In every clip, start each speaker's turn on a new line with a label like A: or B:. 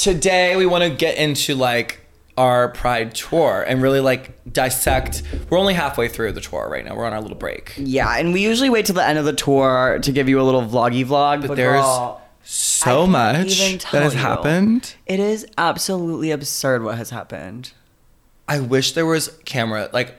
A: today we want to get into like our Pride tour and really like dissect. We're only halfway through the tour right now. We're on our little break.
B: Yeah, and we usually wait till the end of the tour to give you a little vloggy vlog. But,
A: There's
B: girl, I
A: so
B: can't
A: much
B: even
A: that
B: tell
A: has
B: you.
A: happened.
B: it is absolutely absurd what has happened.
A: I wish there was camera. Like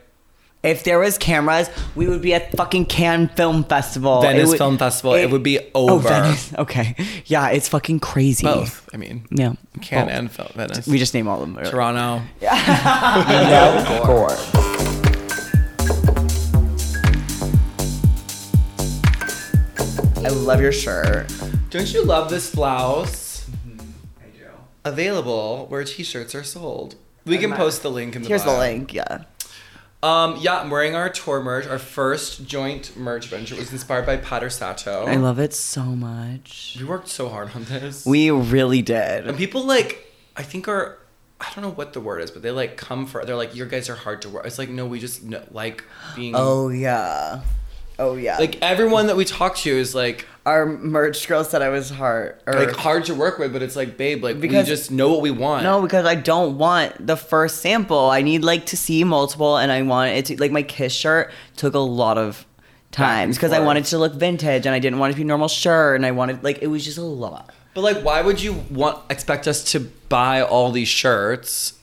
B: If there was cameras, we would be at fucking Cannes Film Festival. It
A: Venice
B: would-
A: Film Festival, it, would be
B: Oh,
A: over.
B: Venice. Okay. Yeah, it's fucking crazy.
A: Both. I mean,
B: Yeah.
A: Cannes
B: both.
A: and Fel- Venice.
B: We just name all of them.
A: Toronto.
B: Gore. I love your shirt.
A: Don't you love this blouse? Available where t-shirts are sold. We can post the link in the
B: Here's the
A: bio.
B: link. Yeah.
A: Um, yeah, I'm wearing our tour merge. Our first joint merge venture was inspired by Pater Sato.
B: I love it so much.
A: We worked so hard on this.
B: We really
A: and
B: did.
A: people like I think are I don't know what the word is, but they like come for. They're like, your guys are hard to work. It's like no, we just no, like being.
B: Oh yeah. Oh yeah.
A: Like everyone that we talk to is like
B: our merch girl said I was hard. Or,
A: like hard to work with, but it's like babe, like
B: Because-
A: we just know what we want.
B: No, because I don't want the first sample. I need like to see multiple, and I want it to like my kiss shirt took a lot of times because I
A: forth.
B: wanted to look vintage, and I didn't want it to be normal shirt, and I wanted like it was just a lot.
A: But like, why would you want expect us to buy all these shirts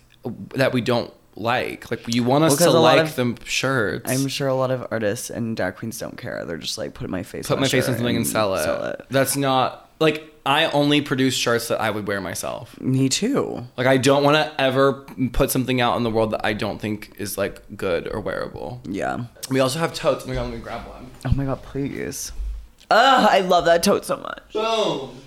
A: that we don't like? Like, you want us
B: Well, 'cause
A: to
B: a lot
A: like
B: of-
A: them shirts.
B: I'm sure a lot of artists and drag queens don't care. They're just like put my face
A: Put
B: on a
A: my face
B: shirt
A: on something and sell it. That's not like I only produce shirts that I would wear myself.
B: Me too.
A: Like, I don't want to ever put something out in the world that I don't think is like good or wearable.
B: Yeah.
A: We also have totes. Oh my god, let me grab one.
B: Oh my god, please. Ugh, I love that tote so much.
A: Boom.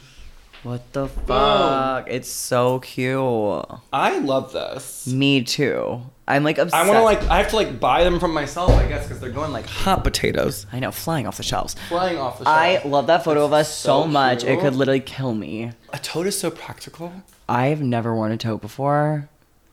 B: What the fuck? It's so cute.
A: I love this.
B: Me too. I'm like obsessed.
A: I want to like. I have to like buy them from myself, I guess, because they're going like hot potatoes,
B: I know, flying off the shelves.
A: flying off the. Shelf.
B: I love that photo of us so,
A: so
B: much. It
A: cute.
B: could literally kill me.
A: A tote is so practical.
B: I've never worn a tote before,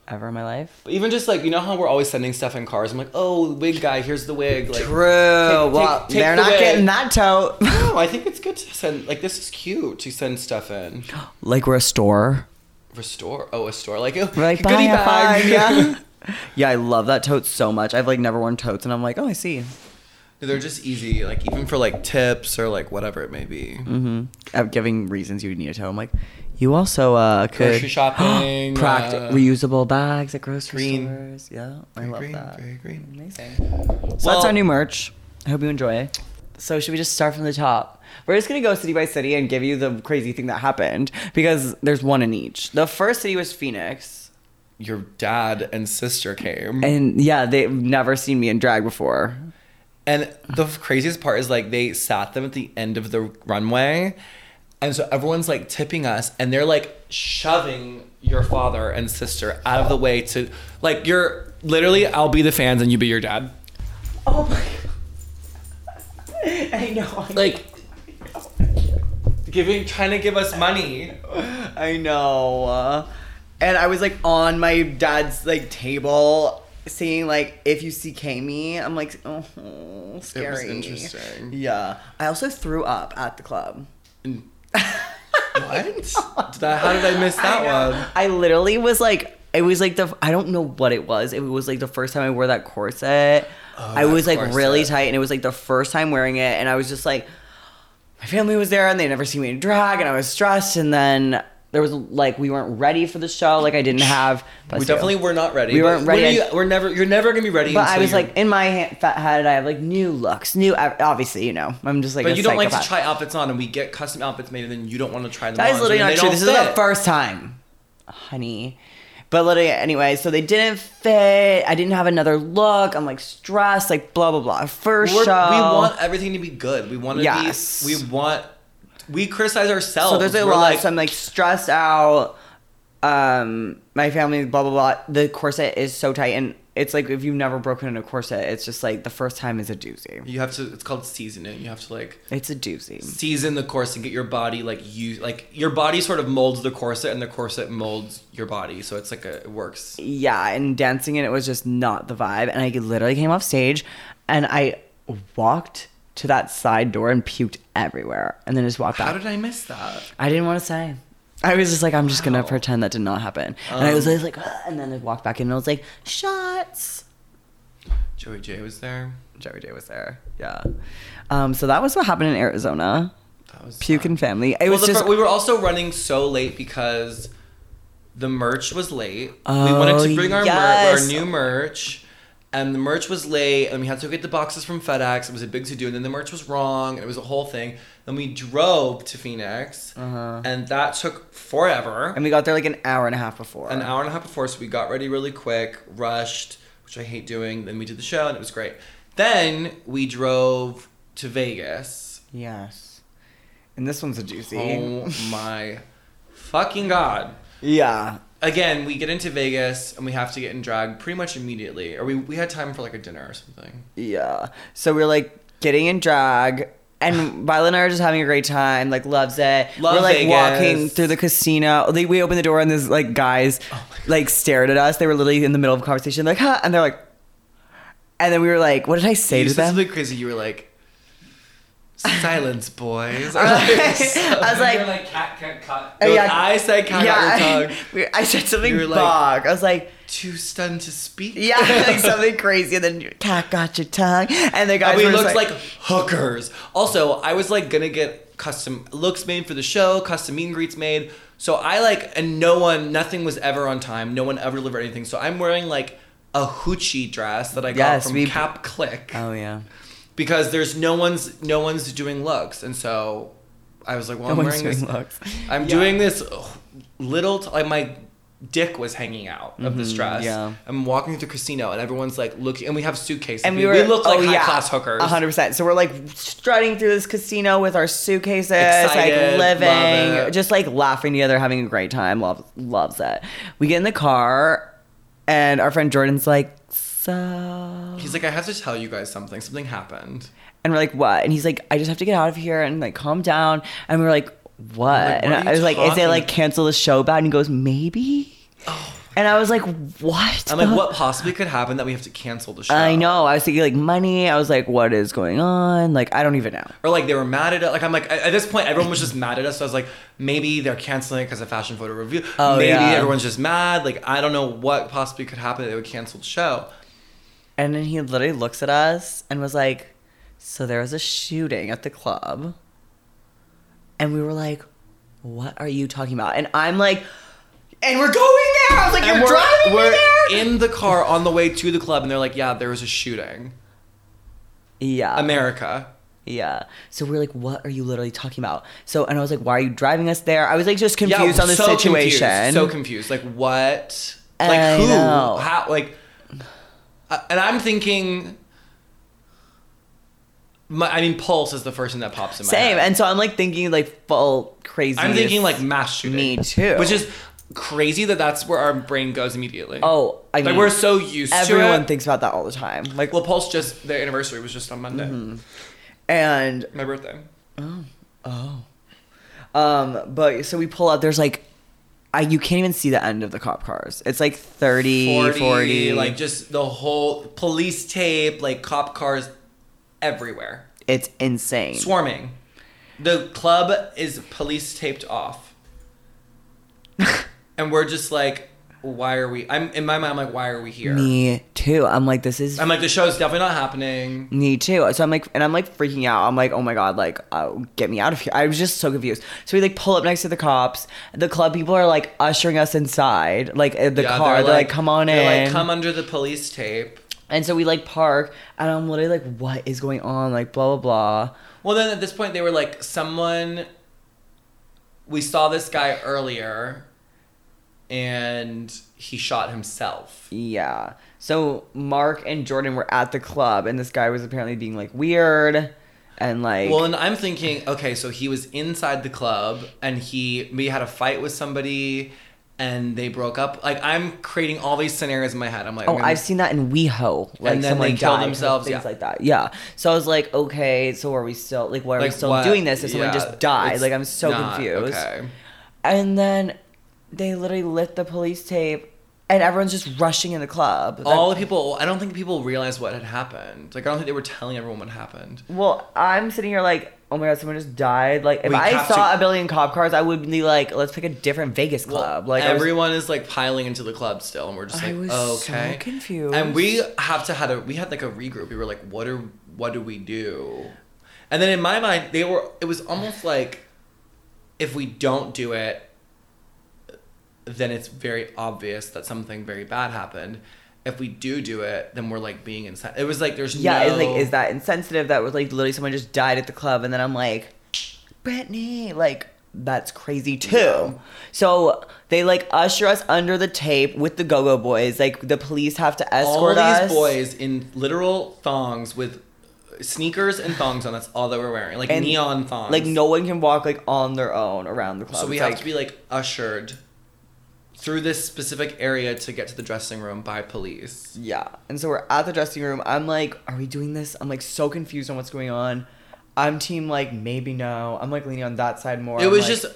B: ever in my life.
A: But even just like you know how we're always sending stuff in cars. I'm like, oh, wig guy, here's the wig. Like, take-
B: well,
A: take
B: they're
A: the
B: not
A: wig.
B: getting that tote.
A: No, I think it's good to send. Like, this is cute to send stuff in.
B: like we're a store.
A: Restore. Oh, a store. Like, oh,
B: We're like
A: goodie
B: buying a
A: bag.
B: bag. Yeah. yeah, I love that tote so much. I've like never worn totes, and I'm like, oh, I see.
A: They're just easy. Like even for like tips or like whatever it may be.
B: I'm Mm-hmm. giving reasons you would need a tote. I'm like, you also uh, could
A: Grocery shopping,
B: practi-
A: uh,
B: reusable bags at grocery
A: green.
B: stores. Yeah, I
A: Very
B: love
A: green,
B: that.
A: Very green.
B: Amazing. So
A: Well-
B: that's our new merch. I hope you enjoy. So should we just start from the top? We're just gonna go city by city and give you the crazy thing that happened because there's one in each. The first city was Phoenix,
A: Your dad and sister came, and,
B: and yeah, they've never seen me in drag before.
A: the craziest part is like they sat them at the end of the runway, and so everyone's like tipping us, and they're like shoving your father and sister out of the way to like you're literally I'll be the fans and you be your dad.
B: Oh my god! I know.
A: like giving trying to give us money.
B: I know. uh, And I was like on my dad's like table saying like if you CK me, I'm like oh scary.
A: interesting.
B: Yeah. I also threw up at the club.
A: What? Did I- how did I miss that
B: I know.
A: one?
B: I literally was like it was like the I don't know what it was. It was like the first time I wore that corset. I
A: Oh, that
B: was like really
A: corset.
B: tight and it was like the first time wearing it and I was just like my family was there and they never seen me in drag and I was stressed and then there was like we weren't ready for the show like I didn't have
A: We definitely were not ready.
B: We
A: but
B: weren't
A: what
B: ready.
A: are you, we're never. You're never gonna be ready.
B: But
A: until
B: I was
A: you're-
B: like, in my ha- fat hat, I have like new looks, new. Obviously, you know, I'm just like.
A: But
B: a
A: you don't like to
B: psychopath.
A: try outfits on, and we get custom outfits made, and then you don't want to try them. on,
B: That is
A: so
B: literally
A: then
B: not
A: they
B: true.
A: don't
B: This is the
A: fit.
B: first time, honey. But literally, anyway, so they didn't fit. I didn't have another look. I'm like stressed, like blah blah blah. 1st
A: We're-
B: show.
A: We want everything to be good. We want to
B: Yes.
A: be. We want. We criticize ourselves.
B: So there's a
A: We're
B: lot.
A: Like,
B: so I'm like stressed out. Um, my family, blah blah blah. The corset is so tight, and it's like if you've never broken in a corset, it's just like the first time is a doozy.
A: you have to. It's called seasoning. You have to like
B: It's a doozy.
A: season the corset get your body like you like your body sort of molds the corset and the corset molds your body so it's like a, it works
B: yeah, and dancing and it was just not the vibe. And I literally came off stage and I walked to that side door and puked everywhere and then just walked
A: how
B: out.
A: did i miss that
B: I didn't want to say. I was just like, I'm just gonna pretend that did not happen. and I
A: Um.
B: was always like, "Ugh," and then I walked back in and I was like, shots.
A: Joey J was there.
B: Joey J was there. Yeah. Um, so that was what happened in Arizona.
A: That was
B: Puke
A: fun.
B: and family. It
A: Well,
B: was
A: the
B: just
A: fir- we were also running so late because the merch was late. we
B: Oh,
A: wanted to bring our, mer-
B: yes.
A: our new merch, and the merch was late, and we had to go get the boxes from FedEx. It was a big to do, and then the merch was wrong, and it was a whole thing. Then we drove to Phoenix, and that took forever
B: Uh-huh. and we got there like an hour and a half before.
A: an hour and a half before, so we got ready really quick, rushed, which I hate doing. Then we did the show, and it was great. Then we drove to Vegas.
B: Yes. And this one's a juicy.
A: Oh my fucking god.
B: Yeah.
A: again, we get into Vegas and we have to get in drag pretty much immediately, or we, we had time for like a dinner or something.
B: Yeah. So we're like getting in drag. And Violet and I are just having a great time, like loves it.
A: Love
B: we're like
A: Vegas.
B: walking through the casino. Like, we opened the door and these like guys
A: Oh
B: like stared at us. They were literally in the middle of a conversation, like, huh? And they're like, and then we were like, what did I say
A: you
B: to
A: said
B: them?
A: something crazy. You were like, "Silence, boys."
B: I was like,
C: You're like cat, cat, cat.
B: Oh,
A: No,
B: yeah.
A: I said, "Cat out your tongue."
B: I, I said something
A: You were
B: bog.
A: like-
B: I was like,
A: Too stunned to speak.
B: yeah, like something crazy. And then you- cat got your tongue. And the guys
A: And we
B: were just
A: looked like, hookers. Also, I was like gonna get custom looks made for the show, custom meet and greets made. So I like, and no one, nothing was ever on time. No one ever delivered anything. So I'm wearing like a hoochie dress that I got
B: Yes,
A: from
B: we-
A: Cap Click.
B: oh yeah.
A: because there's no one's no one's doing looks, and so I was like, well,
B: No
A: I'm
B: one's
A: wearing this.
B: doing looks.
A: I'm doing this ugh, little t- like my dick was hanging out of this dress.
B: Mm-hmm, yeah.
A: I'm walking through the casino, and everyone's like looking, and we have suitcases.
B: and we were
A: look like
B: oh,
A: high
B: yeah,
A: class hookers.
B: A hundred percent. So we're like strutting through this casino with our suitcases,
A: Excited,
B: like
A: love
B: living,
A: it.
B: just like laughing together, having a great time. Loves loves it. We get in the car, and our friend Jordan's like, "So,"
A: He's like, I have to tell you guys something. Something happened.
B: and we're like, "What?" And he's like, "I just have to get out of here and like calm down." And we're like,
A: Like,
B: "What?"
A: what
B: and
A: are you
B: I was like, "Is
A: talking-
B: it like cancel the show bad?" And he goes, "Maybe." And I was like, "What?"
A: I'm
B: the
A: like, what possibly could happen that we have to cancel the show?
B: I know. I was thinking like money. I was like, "What is going on?" Like, I don't even know.
A: Or like they were mad at us. Like I'm like at at this point, everyone was just mad at us. So I was like, maybe they're canceling because of fashion photo review.
B: Oh,
A: maybe
B: yeah.
A: everyone's just mad. Like I don't know what possibly could happen that they would cancel the show.
B: And then he literally looks at us and was like, So there was a shooting at the club. And we were like, What are you talking about? And I'm like, And we're going there. I was like, You're
A: And we're,
B: driving me
A: we're
B: there.
A: in the car on the way to the club, and they're like, yeah, there was a shooting.
B: yeah.
A: America.
B: yeah. So we're like, What are you literally talking about? So, and I was like, Why are you driving us there? I was like, just
A: Yeah,
B: confused on the
A: so
B: situation.
A: Confused, so confused. Like what?
B: I
A: Like who?
B: know.
A: How? Like, uh, and I'm thinking. My, I mean, Pulse is the first thing that pops in my
B: Same.
A: head.
B: And so I'm like thinking like full crazy.
A: I'm thinking like mass shooting.
B: Me too.
A: Which is crazy that that's where our brain goes immediately.
B: Oh, I
A: like
B: mean,
A: we're so used to it.
B: everyone thinks about that all the time. Like, Mm-hmm.
A: Well, Pulse just their anniversary was just on Monday,
B: and
A: my birthday.
B: Oh. Um, but so we pull out. There's like, I you can't even see the end of the cop cars. It's like 30, 40,
A: like just the whole police tape, like cop cars everywhere,
B: it's insane.
A: swarming. The club is police taped off, and we're just like, why are we? I'm in my mind. I'm like, why are we here?
B: Me too. I'm like, this is
A: I'm like, the show's definitely not happening.
B: me too. So I'm like, and I'm like freaking out. I'm like, oh my god, like, oh, get me out of here. I was just so confused. So we like pull up next to the cops. The club people are like ushering us inside, like uh, the
A: Yeah,
B: car. They're like, come on in.
A: They're like, come under the police tape.
B: And so we like park, and I'm literally like, what is going on? Like, blah blah blah.
A: Well, then at this point, they were like, someone. We saw this guy earlier, and he shot himself.
B: Yeah. So Mark and Jordan were at the club, and this guy was apparently being like weird, and like
A: Well, and I'm thinking, okay, so he was inside the club, and he maybe had a fight with somebody, and they broke up. Like I'm creating all these scenarios in my head. I'm like,
B: oh,
A: I'm gonna-
B: I've seen that in WeHo, like
A: And then they
B: someone
A: kill
B: died,
A: themselves,
B: things
A: yeah.
B: like that. Yeah. So I was like, okay, so are we still like, why are
A: like,
B: we still
A: what?
B: doing this if someone
A: Yeah,
B: just died?
A: it's
B: Like I'm so
A: not
B: confused.
A: Okay.
B: And then they literally lit the police tape and everyone's just rushing in the club. That-
A: All the people, I don't think people realized what had happened. Like, I don't think they were telling everyone what happened.
B: well, I'm sitting here like, oh my god, someone just died. Like, if
A: We
B: I
A: have
B: saw
A: to-
B: a billion cop cars, I would be like, let's pick a different Vegas club. like, I was-
A: everyone is like piling into the club still, and we're just
B: I
A: like,
B: was
A: oh,
B: so
A: okay.
B: confused.
A: And we have to had a we had like a regroup. We were like, what are what do we do? And then in my mind, they were. It was almost like if we don't do it, then it's very obvious that something very bad happened. If we do do it, then we're like being inside. It was like there's
B: yeah,
A: no.
B: it's like, is that insensitive? That was like literally someone just died at the club, and then I'm like, Brittany, like that's crazy too.
A: Yeah.
B: So they like usher us under the tape with the Go Go Boys. Like the police have to
A: all
B: escort
A: these
B: us.
A: boys in literal thongs with sneakers and thongs on. That's all they were wearing, like
B: And,
A: neon thongs.
B: Like no one can walk like on their own around the club.
A: So we
B: It's
A: have
B: like,
A: to be like ushered through this specific area to get to the dressing room by police.
B: Yeah. And so we're at the dressing room. I'm like, are we doing this? I'm like so confused on what's going on. I'm team like maybe no. I'm like leaning on that side more.
A: it
B: I'm,
A: was
B: like-
A: just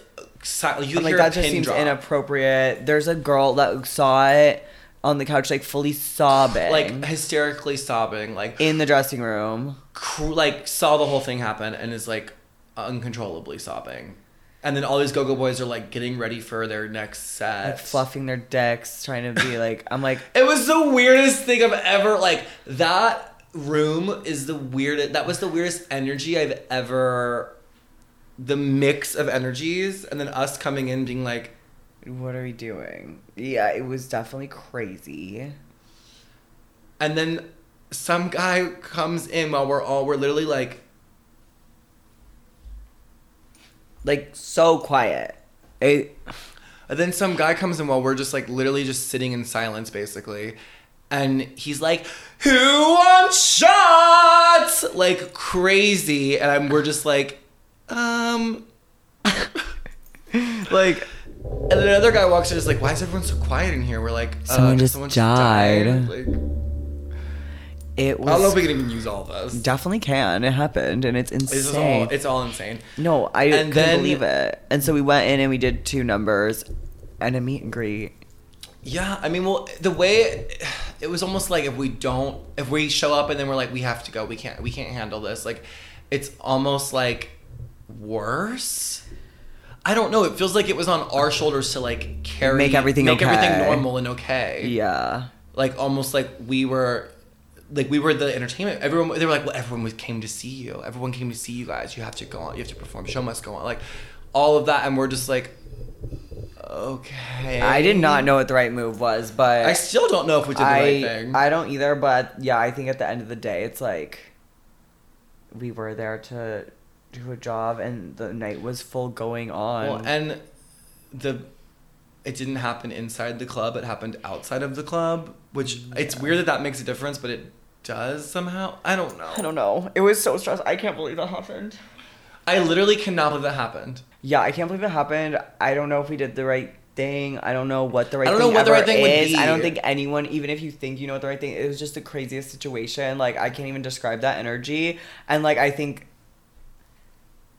A: si- you
B: I'm like
A: hear
B: that
A: a
B: just
A: pin
B: seems
A: drop.
B: inappropriate. There's a girl that saw it on the couch, like fully sobbing,
A: like hysterically sobbing, like
B: in the dressing room.
A: cr- like saw the whole thing happen and is like uncontrollably sobbing. And then all these go-go boys are like getting ready for their next set.
B: Like fluffing their dicks, trying to be like, I'm like,
A: It was the weirdest thing I've ever like that room is the weirdest that was the weirdest energy I've ever the mix of energies and then us coming in being like
B: what are we doing? Yeah, it was definitely crazy.
A: and then some guy comes in while we're all we're literally like
B: Like so quiet. It,
A: and then some guy comes in while we're just like literally just sitting in silence basically and he's like who wants shots like crazy and I'm, we're just like um
B: like
A: And then another guy walks in, is like, "Why is everyone so quiet in here?" We're like, uh,
B: Someone just died.
A: Like, I
B: it was.
A: don't know if we can even use all this.
B: definitely can. It happened, and it's insane.
A: This is all. It's all insane.
B: No, I
A: And
B: couldn't
A: then-
B: believe it. And so we went in and we did two numbers and a meet and greet.
A: Yeah, I mean, well, the way it was almost like if we don't, if we show up and then we're like, we have to go. We can't. We can't handle this. Like, it's almost like worse. I don't know. It feels like it was on our shoulders to like carry
B: Make everything
A: make everything
B: okay.
A: normal and okay.
B: Yeah.
A: like almost like we were like we were the entertainment everyone they were like well everyone was, came to see you everyone came to see you guys you have to go on you have to perform show must go on like all of that and we're just like okay
B: I did not know what the right move was, but
A: i still don't know if we did the
B: I,
A: right thing
B: I don't either, but yeah, I think at the end of the day, it's like we were there to do a job and the night was full going on.
A: well, and the it didn't happen inside the club it happened outside of the club which it's weird that that makes a difference but it does somehow i don't know
B: I don't know. It was so stressful. I can't believe that happened.
A: i literally cannot believe that happened
B: Yeah, I can't believe it happened. I don't know if we did the right thing. I don't know what the right
A: I don't
B: thing
A: know what the
B: ever
A: right thing would
B: is. I
A: be.
B: don't think anyone, even if you think you know what the right thing, it was just the craziest situation. Like I can't even describe that energy. And like I think,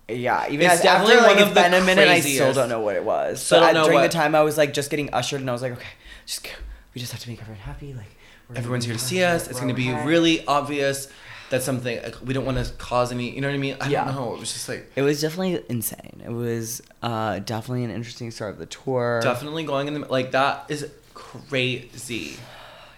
B: yeah, even
A: It's
B: as, after
A: definitely
B: like
A: one
B: it's
A: of the
B: been a minute, I still
A: craziest.
B: don't know what it was.
A: Still
B: but
A: don't
B: I-
A: know
B: during
A: what-
B: the time, I was like just getting ushered, and I was like, okay, just go. we just have to make everyone happy. Like we're gonna
A: everyone's
B: be
A: here to see
B: fine,
A: us. It's
B: we're
A: going to be
B: okay.
A: really obvious. That's something like, we don't want to cause any. You know what I mean? I
B: Yeah.
A: don't know. It was just like
B: It was definitely insane. It was uh, definitely an interesting start of the tour.
A: definitely going in the like that is crazy,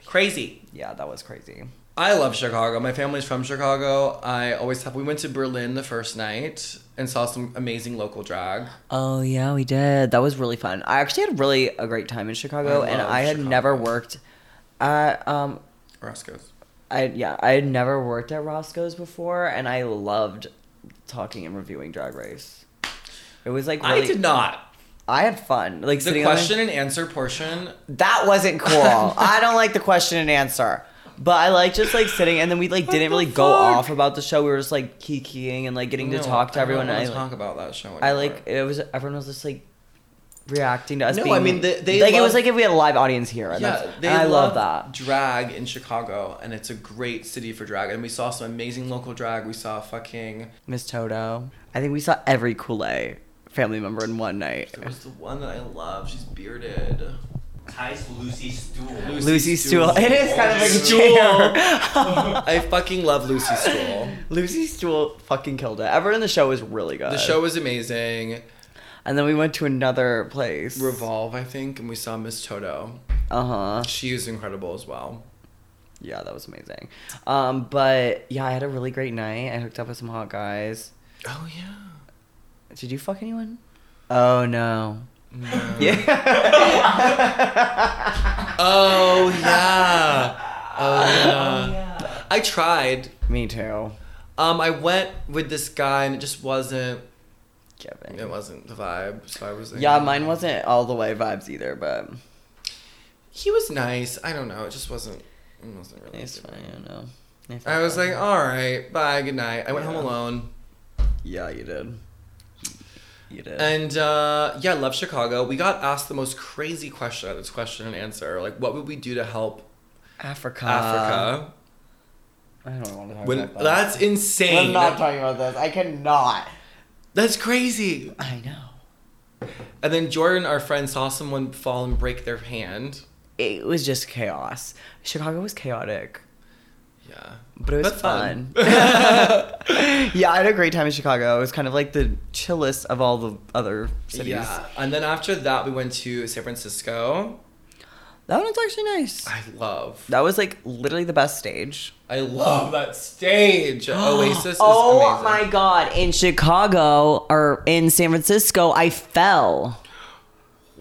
A: crazy.
B: Yeah, that was crazy.
A: I love Chicago. My family's from Chicago. I always have. We went to Berlin the first night and saw some amazing local drag.
B: Oh yeah, we did. That was really fun. I actually had really a great time in Chicago,
A: I
B: and
A: love
B: I had
A: Chicago.
B: never worked at um,
A: Roscoe's.
B: I yeah, I had never worked at Roscoe's before, and I loved talking and reviewing Drag Race. It was like really,
A: I did not.
B: I had fun. Like
A: The
B: sitting on the-
A: question and answer portion.
B: that wasn't cool. I don't like the question and answer. But I like just like sitting, and then we like
A: What
B: didn't
A: the
B: really go
A: fuck?
B: off about the show. We were just like kikiing and like getting to
A: No,
B: talk to everyone.
A: I
B: and
A: don't
B: I,
A: wanna
B: like,
A: talk about that show.
B: I
A: anymore.
B: like it was everyone was just like reacting to us.
A: No,
B: being,
A: I mean, they- they
B: like it was
A: love-
B: like if we had a live audience here. And
A: Yeah,
B: that's-
A: they
B: and I love,
A: love,
B: that.
A: drag in Chicago, and it's a great city for drag. And we saw some amazing local drag. We saw fucking
B: Miss Toto. I think we saw every Kool Aid family member in one night.
A: there was the one that I love. She's bearded.
C: Kai's Lucy stool.
B: Lucy Stool. It is kind of like a
A: Stool.
B: chair.
A: I fucking love Lucy Stool.
B: Lucy Stool fucking killed it. Everyone in the show was really good.
A: The show was amazing.
B: And then we went to another place.
A: Revolve, I think, and we saw Miss Toto.
B: Uh huh.
A: She was incredible as well.
B: Yeah, that was amazing. Um, but yeah, I had a really great night. I hooked up with some hot guys.
A: Oh yeah.
B: Did you fuck anyone? Oh no.
A: No.
B: Yeah.
A: Oh yeah. Oh yeah.
C: Oh, yeah.
A: I tried.
B: Me too.
A: Um, I went with this guy and it just wasn't.
B: Kevin.
A: It wasn't the vibe. So I was. like-
B: Yeah, mine wasn't all the way vibes either, but
A: He was nice. I don't know. It just wasn't. It wasn't really.
B: it's fine. I don't know. felt
A: I was
B: bad.
A: like, all right, bye, good night. I went
B: Yeah.
A: home alone,
B: yeah, you did. You did.
A: and uh, yeah, I love Chicago. We got asked the most crazy question at this question and answer, like, what would we do to help
B: Africa. Uh,
A: Africa?
B: I don't want to talk
A: When
B: about that.
A: that's insane.
B: We're not talking about this. I cannot.
A: that's crazy.
B: I know.
A: And then Jordan, our friend, saw someone fall and break their hand.
B: It was just chaos. Chicago was chaotic,
A: Yeah,
B: but it was
A: But
B: fun.
A: fun.
B: yeah, I had a great time in Chicago. It was kind of like the chillest of all the other cities.
A: yeah. And then after that, we went to San Francisco.
B: That one's actually nice.
A: I love.
B: That was like literally the best stage.
A: I love that stage. Oasis is
B: oh
A: amazing.
B: my god! In Chicago or in San Francisco, I fell.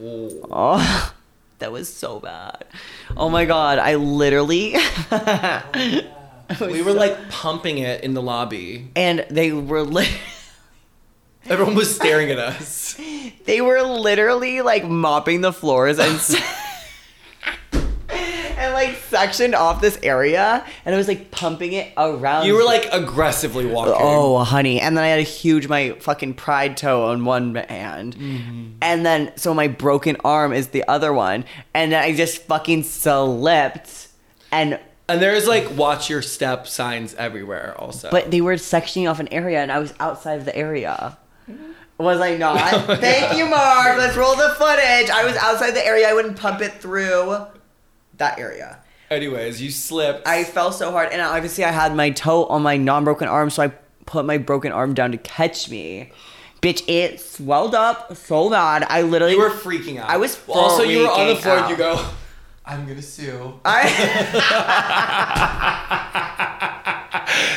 A: Ooh.
B: Oh, that was so bad. Oh my god! I literally.
A: We were like pumping it in the lobby.
B: and they were li-
A: Everyone was staring at us.
B: they were literally like mopping the floors and s- and like sectioned off this area, and I was like pumping it around.
A: You were like aggressively walking.
B: Oh, honey. And then I had a huge, my fucking pride toe on one hand. And then, so my broken arm is the other one. And then I just fucking slipped. And,
A: And there's like watch your step signs everywhere also.
B: but they were sectioning off an area and I was outside of the area. Was I not? Thank you, Mark. Let's roll the footage. I was outside the area. I wouldn't pump it through that area.
A: anyways, you slipped.
B: I fell so hard, and obviously I had my toe on my non-broken arm, so I put my broken arm down to catch me. Bitch, it swelled up so bad. I literally
A: you were freaking out.
B: I was
A: also you were on the
B: freaking
A: floor. and
B: out.
A: You go. I'm gonna sue.
B: I,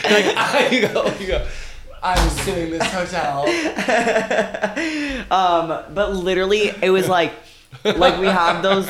A: Like you go. You go. I'm suing this hotel.
B: um, but literally it was like, like we have those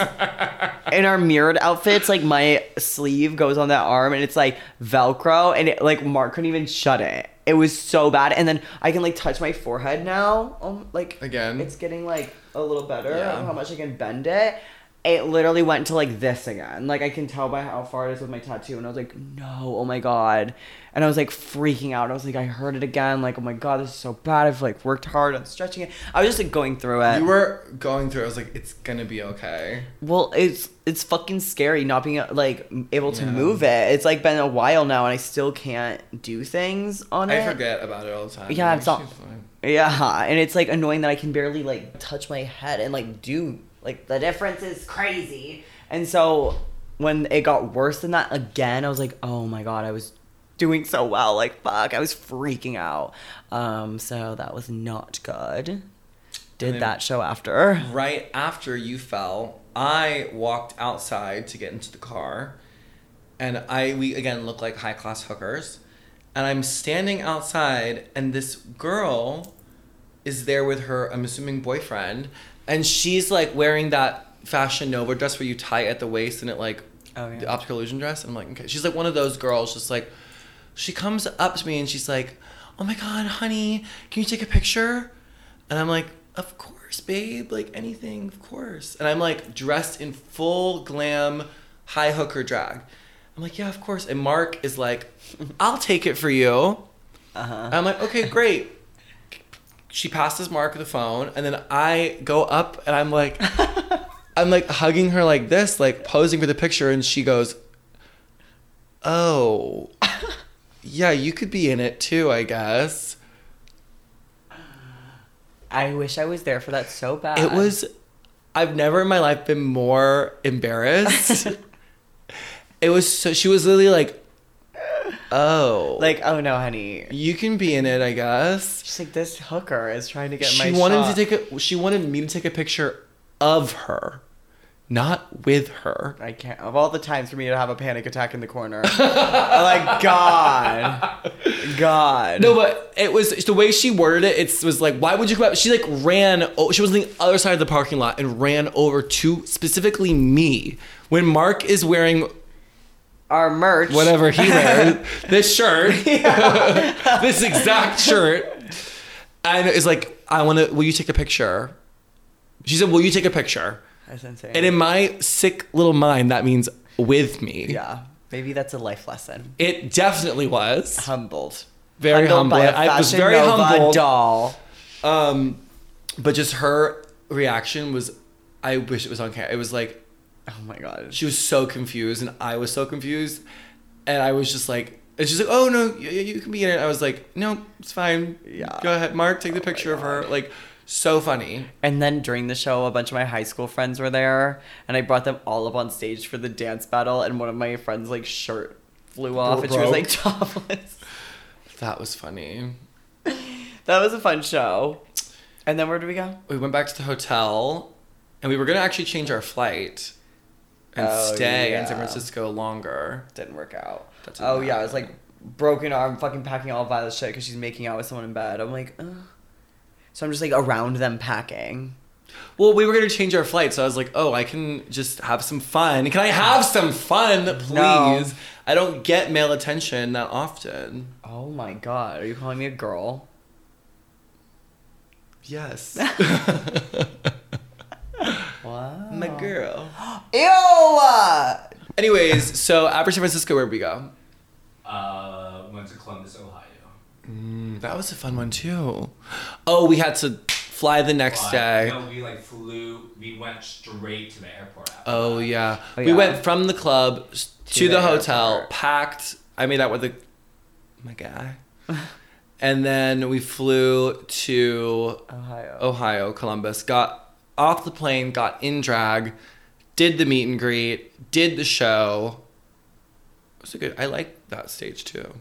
B: in our mirrored outfits. Like my sleeve goes on that arm, and it's like Velcro, and it like Mark couldn't even shut it. It was so bad, and then I can like touch my forehead now. Um, like
A: Again.
B: it's getting like a little better
A: Yeah.
B: of how much I can bend it. It literally went to like this again. Like I can tell by how far it is with my tattoo, and I was like, no, oh my god, and I was like freaking out. I was like, I heard it again. Like oh my god, this is so bad. I've like worked hard on stretching it. I was just like going through it.
A: You were going through. I was like, it's gonna be okay.
B: well, it's it's fucking scary not being uh, like able to
A: Yeah.
B: move it. It's like been a while now, and I still can't do things on it.
A: I forget about it all the time.
B: Yeah,
A: I'm
B: it's
A: like,
B: all-
A: "She's fine."
B: Yeah, and it's like annoying that I can barely like touch my head and like do like the difference is crazy. And so when it got worse than that again, I was like, "Oh my god, I was doing so well. Like fuck, I was freaking out." Um so that was not good. Did
A: then-
B: that show after.
A: Right after you fell, I walked outside to get into the car, and I we again look like high class hookers, and I'm standing outside, and this girl is there with her I'm assuming boyfriend, and she's like wearing that Fashion Nova dress where you tie at the waist and it like
B: Oh, yeah.
A: the optical illusion dress. I'm like okay, she's like one of those girls, just like she comes up to me and she's like, "Oh my god, honey, can you take a picture?" And I'm like, "Of course, babe. Like anything, of course." And I'm like dressed in full glam, high hooker drag. I'm like, "Yeah, of course." And Mark is like, "I'll take it for you."
B: Uh-huh.
A: And I'm like, "Okay, great." She passes Mark the phone, and then I go up and I'm like, I'm like hugging her like this, like posing for the picture, and she goes, "Oh." Yeah, you could be in it too, I guess.
B: I wish I was there for that so bad.
A: It was I've never in my life been more embarrassed. it was so she was literally like, "Oh,
B: Like, oh no, honey.
A: you can be in it, I guess."
B: She's like, this hooker is trying to get my
A: She wanted
B: shot.
A: to take a she wanted me to take a picture of her, not with her.
B: I can't. Of all the times for me to have a panic attack in the corner, I'm like God, God.
A: No, but it was the way she worded it. It was like, why would you come out? She like ran. Oh, she was on the other side of the parking lot and ran over to specifically me when Mark is wearing
B: our merch.
A: whatever he wears, this shirt, this exact shirt, and it's like, I want to. Will you take a picture? She said, "Will you take a picture?"
B: That's insane.
A: And in my sick little mind, that means with me.
B: yeah, maybe that's a life lesson.
A: It definitely was
B: Uh-huh. Humbled.
A: very
B: Humbled
A: humble.
B: by a
A: I was
B: Fashion
A: very
B: Nova
A: humbled.
B: Doll.
A: Um, but just her reaction was, I wish it was on camera. It was like
B: Oh my God.
A: she was so confused, and I was so confused, and I was just like, and she's like, "Oh no, you, you can be in it." I was like, "No, it's fine.
B: Yeah. Oh
A: go ahead, Mark, take the picture of her." Like, so funny.
B: And then during the show, a bunch of my high school friends were there, and I brought them all up on stage for the dance battle. And one of my friends' like shirt flew off, and she was
A: broke.
B: like topless.
A: That was funny.
B: that was a fun show. And then where did we go?
A: We went back to the hotel, and we were gonna actually change our flight and
B: Oh,
A: stay in San
B: yeah.
A: Francisco longer.
B: Didn't work out.
A: That didn't
B: oh yeah, I was like
A: happen.
B: broken arm, fucking packing all Violet's shit because she's making out with someone in bed. I'm like, Ugh. so I'm just like around them packing.
A: Well, we were gonna change our flight, so I was like, "Oh, I can just have some fun. Can I have some fun, please?
B: No.
A: I don't get male attention that often."
B: Oh my god, are you calling me a girl?
A: Yes,
B: Wow.
A: my girl.
B: Ew.
A: Anyways, so after San Francisco, where'd we go?
C: Uh, went to Columbus, Ohio.
A: Mm, That was a fun one too. Oh, we had to fly the next
C: But,
A: day.
C: No, we like flew. We went straight to the airport. After
A: Oh yeah.
B: Oh,
A: we
B: yeah.
A: went from the club s- to,
B: To
A: the,
B: the
A: hotel,
B: airport.
A: packed. I made out with a my guy, and then we flew to
B: Ohio.
A: Ohio, Columbus, got off the plane, got in drag, did the meet and greet, did the show. It was a good. I like that stage too.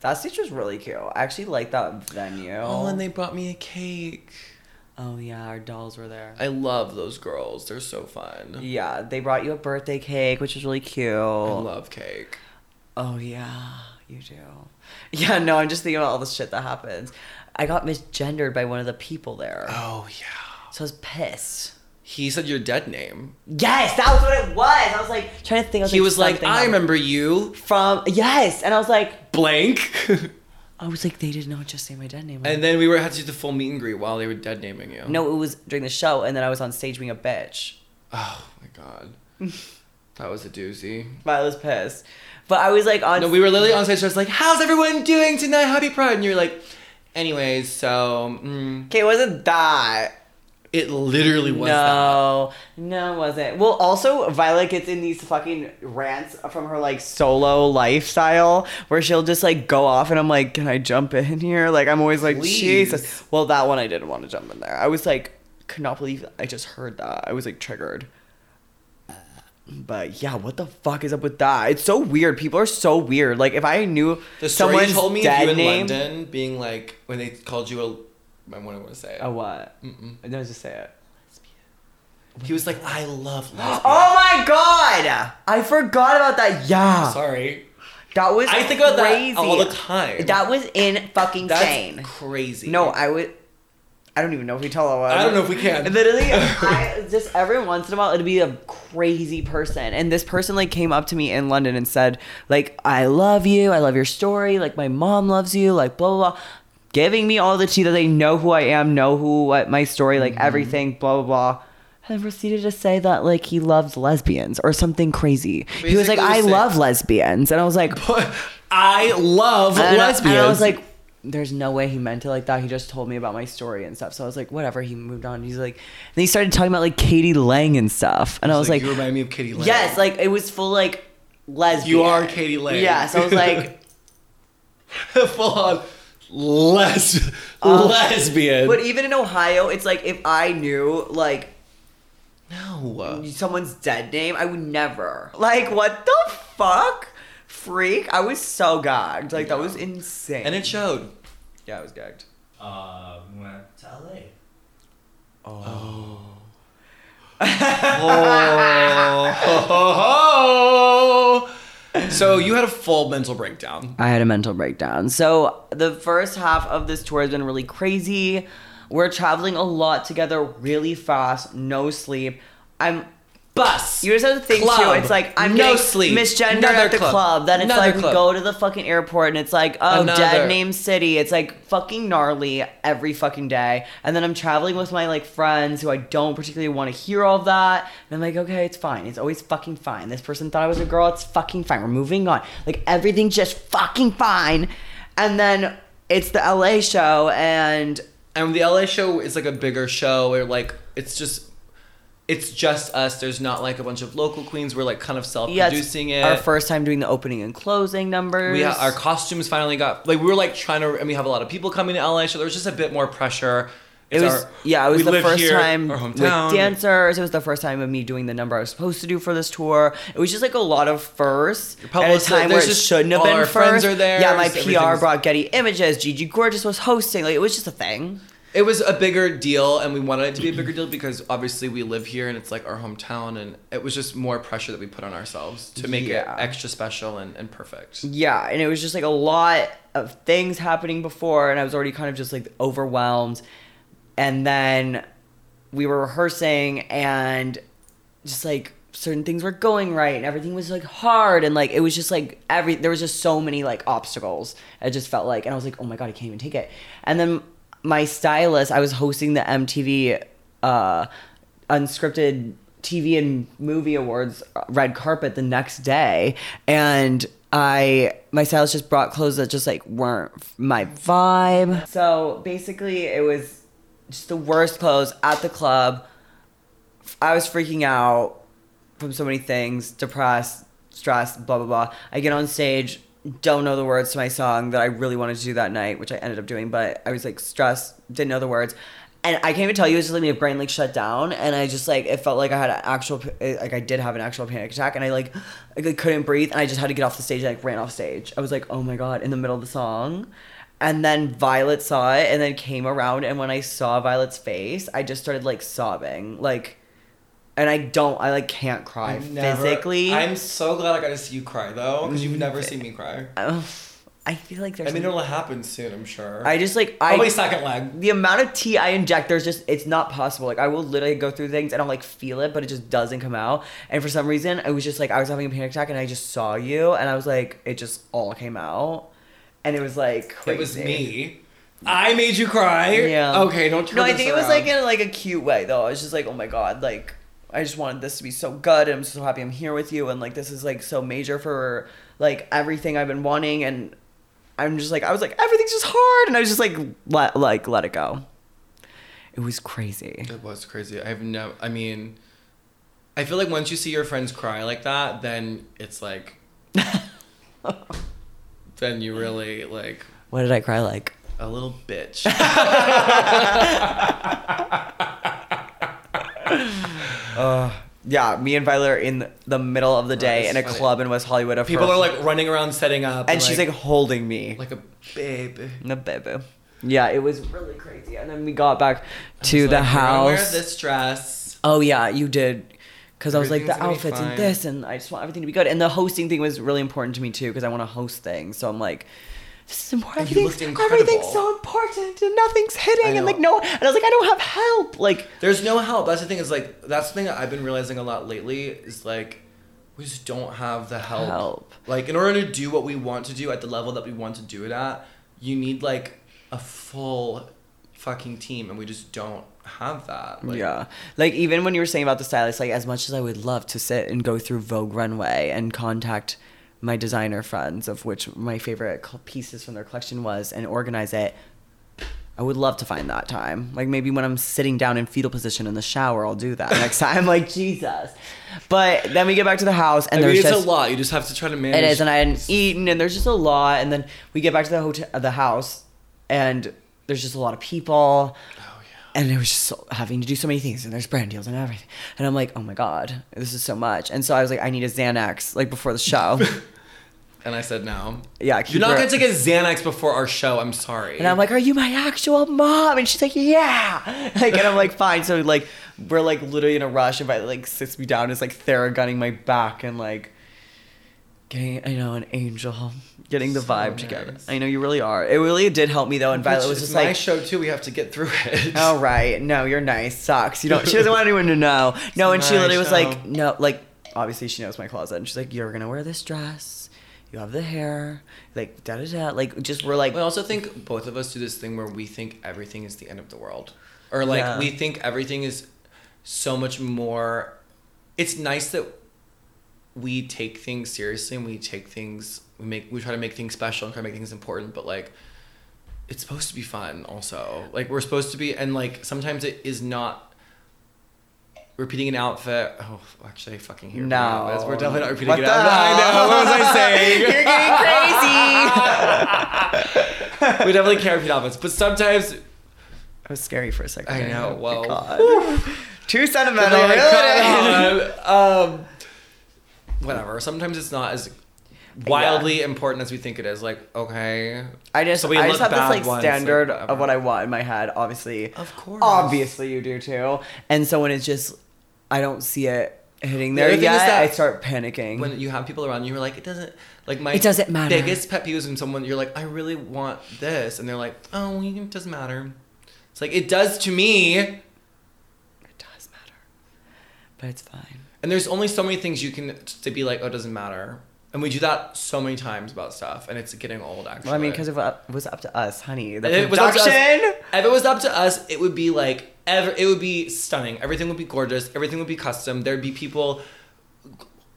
B: That stage was really cute. I actually like that venue.
A: Oh, and they brought me a cake.
B: Oh yeah, our dolls were there.
A: I love those girls. They're so fun.
B: yeah, they brought you a birthday cake, which was really cute.
A: I love cake.
B: Oh yeah, you do. Yeah, no, I'm just thinking about all the shit that happens. I got misgendered by one of the people there,
A: Oh yeah.
B: so I was pissed.
A: He said your dead name.
B: Yes, that was what it was. I was like trying to think. I was
A: He was like,
B: something
A: I
B: happened."
A: remember you,
B: from yes, and I was like,
A: blank.
B: I was like, they did not just say my dead name.
A: and then we were had to do the full meet and greet while they were dead naming you.
B: no, it was during the show, and then I was on stage being a bitch.
A: Oh my god. that was a doozy.
B: I was pissed, but I was like on.
A: No, we were literally on stage. I was like, "How's everyone doing tonight? Happy Pride!" And you're like, "Anyways, so mm,
B: Okay, it wasn't that.
A: it literally was that.
B: no, no, it wasn't. Well, also Violet gets in these fucking rants from her like solo lifestyle where she'll just like go off, and I'm like, can I jump in here? Like I'm always like,
A: Please.
B: Jesus. Well, that one I didn't want to jump in there. I was like, could not believe I just heard that. I was like triggered. But yeah, what the fuck is up with that? It's so weird. People are so weird. Like if I knew
A: The story
B: someone
A: you told me of
B: dead
A: you in
B: name,
A: London being like when they called you a. I want to say it.
B: a what?
A: Mm-mm.
B: No, just say it.
A: He was like, "I love lesbian."
B: Oh my god! I forgot about that. Yeah,
A: Sorry,
B: that was
A: I think about
B: crazy.
A: that all the time.
B: That was in fucking
A: That's
B: insane.
A: crazy.
B: No, I would. I don't even know if we tell her.
A: I don't know if we can.
B: Literally, I just every once in a while it'd be a crazy person, and this person like came up to me in London and said like, "I love you. I love your story. Like my mom loves you. Like blah blah." blah. Giving me all the tea that they know who I am, know who what my story, like
A: Mm-hmm.
B: everything, blah blah blah, and proceeded to say that like he loves lesbians or something crazy. he was like,
A: Basically
B: "I
A: the same.
B: love lesbians," and I was like,
A: I love
B: and I- and
A: lesbians.
B: I was like, there's no way he meant it like that. He just told me about my story and stuff. So I was like, whatever. He moved on. He's like, and he started talking about like Katie Lang and stuff. And I was like,
A: "You remind me of Katie Lang."
B: yes, like it was full like lesbian.
A: You are Katie Lang.
B: Yeah. So I was like,
A: full on les-
B: Um,
A: lesbian.
B: but even in Ohio, it's like if I knew like
A: No.
B: someone's dead name. I would never. Like, what the fuck? Freak. I was so gagged. Like, that was insane.
A: And it showed.
B: Yeah, I was gagged.
C: Uh, we went to LA.
A: Oh. so you had a full mental breakdown.
B: I had a mental breakdown. So the first half of this tour has been really crazy. We're traveling a lot together, really fast, no sleep. I'm.
A: Bus.
B: You just have to think
A: Club.
B: too. It's like I'm
A: No
B: getting
A: sleep.
B: misgendered
A: Another
B: at the
A: club.
B: club. Then it's
A: Another
B: like
A: club.
B: we go to the fucking airport and it's like oh
A: Another.
B: dead name city. It's like fucking gnarly every fucking day. And then I'm traveling with my like friends who I don't particularly want to hear all of that. And I'm like okay, it's fine. It's always fucking fine. This person thought I was a girl. It's fucking fine. We're moving on. Like everything's just fucking fine. And then it's the LA show and
A: and the LA show is like a bigger show where like it's just it's just us. There's not like a bunch of local queens. We're like kind of self
B: yeah, it's
A: producing it.
B: our first time doing the opening and closing numbers.
A: we ha- our costumes finally got like we were like trying to and we have a lot of people coming to LA, so there was just a bit more pressure.
B: It
A: It's
B: was
A: our-
B: yeah. It was
A: we
B: the
A: live
B: first
A: here,
B: time
A: our
B: with
A: hometown.
B: dancers. It was the first time of me doing the number I was supposed to do for this tour. It was just like a lot of firsts at a
A: publicist-
B: time where
A: there's
B: it
A: just-
B: shouldn't have
A: all
B: been
A: our
B: first.
A: friends are there,
B: Yeah, my
A: so
B: PR
A: everything's-
B: brought Getty Images. Gigi Gorgeous was hosting. Like it was just a thing.
A: It was a bigger deal, and we wanted it to be a bigger deal because obviously we live here and it's like our hometown, and it was just more pressure that we put on ourselves to make
B: Yeah.
A: it extra special and, and perfect.
B: Yeah, and it was just like a lot of things happening before, and I was already kind of just like overwhelmed. And then we were rehearsing, and just like certain things were going right, and everything was like hard, and like it was just like every there was just so many like obstacles. It just felt like, and I was like, oh my god, I can't even take it. And then my stylist, I was hosting the MTV uh, unscripted TV and movie awards uh, red carpet the next day, and I my stylist just brought clothes that just like weren't f- my vibe. So basically, it was just the worst clothes at the club. I was freaking out from so many things, depressed, stressed, blah blah blah. I get on stage, don't know the words to my song that I really wanted to do that night, which I ended up doing, but I was like stressed, didn't know the words. And I can't even tell you, it's just like my brain like shut down, and I just like it felt like I had an actual p- eh, like I did have an actual panic attack, and I like I like, couldn't breathe, and I just had to get off the stage. I like ran off stage. I was like, oh my god, in the middle of the song, and then Violet saw it, and then came around, and when I saw Violet's face, I just started like sobbing, like and I don't, I like can't cry physically.
A: I'm so glad I got to see you cry though, because you've never seen me cry.
B: Ugh, I feel like there's.
A: I mean, it'll happen soon, I'm sure.
B: I just like I.
A: probably second leg.
B: the amount of tea I inject, there's just it's not possible. Like I will literally go through things and I'll like feel it, but it just doesn't come out. And for some reason, I was just like I was having a panic attack, and I just saw you, and I was like, it just all came out, and it was like crazy.
A: It was me. I made you cry.
B: Yeah.
A: Okay, don't turn
B: No, I
A: this
B: think it was like
A: around.
B: in like a cute way though. I was just like, oh my god, like I just wanted this to be so good. And I'm so happy I'm here with you, and like this is like so major for like everything I've been wanting. And I'm just like, I was like, everything's just hard, and I was just like, let like let it go. It was crazy.
A: It was crazy. I've no. I mean, I feel like once you see your friends cry like that, then it's like, then you really like
B: What did I cry like?
A: a little bitch.
B: Uh, Yeah, me and Violet are in the middle of the day
A: it's
B: in a
A: Oh, funny.
B: club in West Hollywood. of
A: People
B: her-
A: are like running around setting up,
B: and she's like holding me.
A: like a baby.
B: No, baby. Yeah, it was really crazy. And then we got back to
A: She's
B: the
A: like, "You're gonna
B: house.
A: Wear this dress.
B: Oh yeah, you did. Because I was like the
A: Everything's gonna be
B: outfits and
A: fine.
B: this, and I just want everything to be good. And the hosting thing was really important to me too, because I want to host things. So I'm like, this is important.
A: And you looked
B: Everything's, everything's
A: incredible.
B: so important, and nothing's hitting,
A: know.
B: and like no. And I was like, I don't have help. Like
A: There's no help. That's the thing. Is like that's the thing that I've been realizing a lot lately. Is like we just don't have the help.
B: Help.
A: Like in order to do what we want to do at the level that we want to do it at, you need like a full fucking team, and we just don't have that. Like,
B: yeah, like even when you were saying about the stylist, like as much as I would love to sit and go through Vogue runway and contact my designer friends, of which my favorite col- pieces from their collection was, and organize it, I would love to find that time. Like maybe when I'm sitting down in fetal position in the shower, I'll do that next time. Like Jesus. But then we get back to the house,
A: I
B: and
A: mean,
B: there's
A: it's
B: just
A: a lot. You just have to try to manage.
B: it is, and I hadn't eaten, and there's just a lot. And then we get back to the hotel, the house, and there's just a lot of people.
A: Oh, yeah.
B: and I was just so, having to do so many things, and there's brand deals and everything. And I'm like, oh my God, this is so much. And so I was like, I need a Xanax, like before the show.
A: And I said no.
B: Yeah,
A: You're
B: keep
A: not
B: her-
A: gonna take a Xanax before our show. I'm sorry.
B: and I'm like, are you my actual mom? And she's like, yeah. Like, and I'm like, fine. So, like, we're like literally in a rush. And I like sits me down, is like theragunning my back and like getting, I know, an angel, getting the
A: So
B: vibe together.
A: nice.
B: I know you really are. It really did help me though. And Violet
A: Which
B: was
A: is
B: just
A: my
B: like,
A: show too. We have to get through it.
B: All right. No, you're nice. Sucks. You don't. She doesn't want anyone to know. No, and she
A: nice,
B: literally was like,
A: no.
B: no, like obviously she knows my closet, and she's like, you're gonna wear this dress. You have the hair. Like da da da. Like just we're like.
A: I also think both of us do this thing where we think everything is the end of the world, or like
B: Yeah.
A: we think everything is so much more. It's nice that we take things seriously and we take things we make we try to make things special and try to make things important, but like it's supposed to be fun also. Like we're supposed to be and like sometimes it is not. Repeating an outfit. Oh, actually, I fucking hear
B: no,
A: We're definitely not repeating
B: What
A: an
B: the-
A: outfit. I know. What was I saying?
B: You're getting crazy.
A: we definitely can't repeat outfits, but sometimes
B: it was scary for a second.
A: I
B: there.
A: know.
B: Oh my
A: Well,
B: God. too sentimental.
A: Like,
B: really.
A: God, um, whatever. Sometimes it's not as wildly important as we think it is. Like, okay,
B: I just,
A: So we
B: I
A: look
B: just have this
A: bad
B: like
A: once, like,
B: standard
A: whatever.
B: of what I want in my head. Obviously,
A: Of course.
B: obviously you do too. And so when it's just, I don't see it hitting
A: The
B: there
A: other thing
B: yet.
A: is that
B: I start panicking.
A: when you have people around you, you're like, it doesn't. Like my
B: It doesn't matter.
A: biggest pet peeve is when someone you're like, I really want this, and they're like, oh, well, it doesn't matter. It's like it does to me.
B: it does matter, but it's fine.
A: And there's only so many things you can to be like, oh, it doesn't matter. And we do that so many times about stuff, and it's getting old. Actually,
B: Well, I mean, because if it was up to us, honey, the
A: If it was up to us-
B: production.
A: If it was up to us, it would be like ever. It would be stunning. Everything would be gorgeous. Everything would be custom. There'd be people,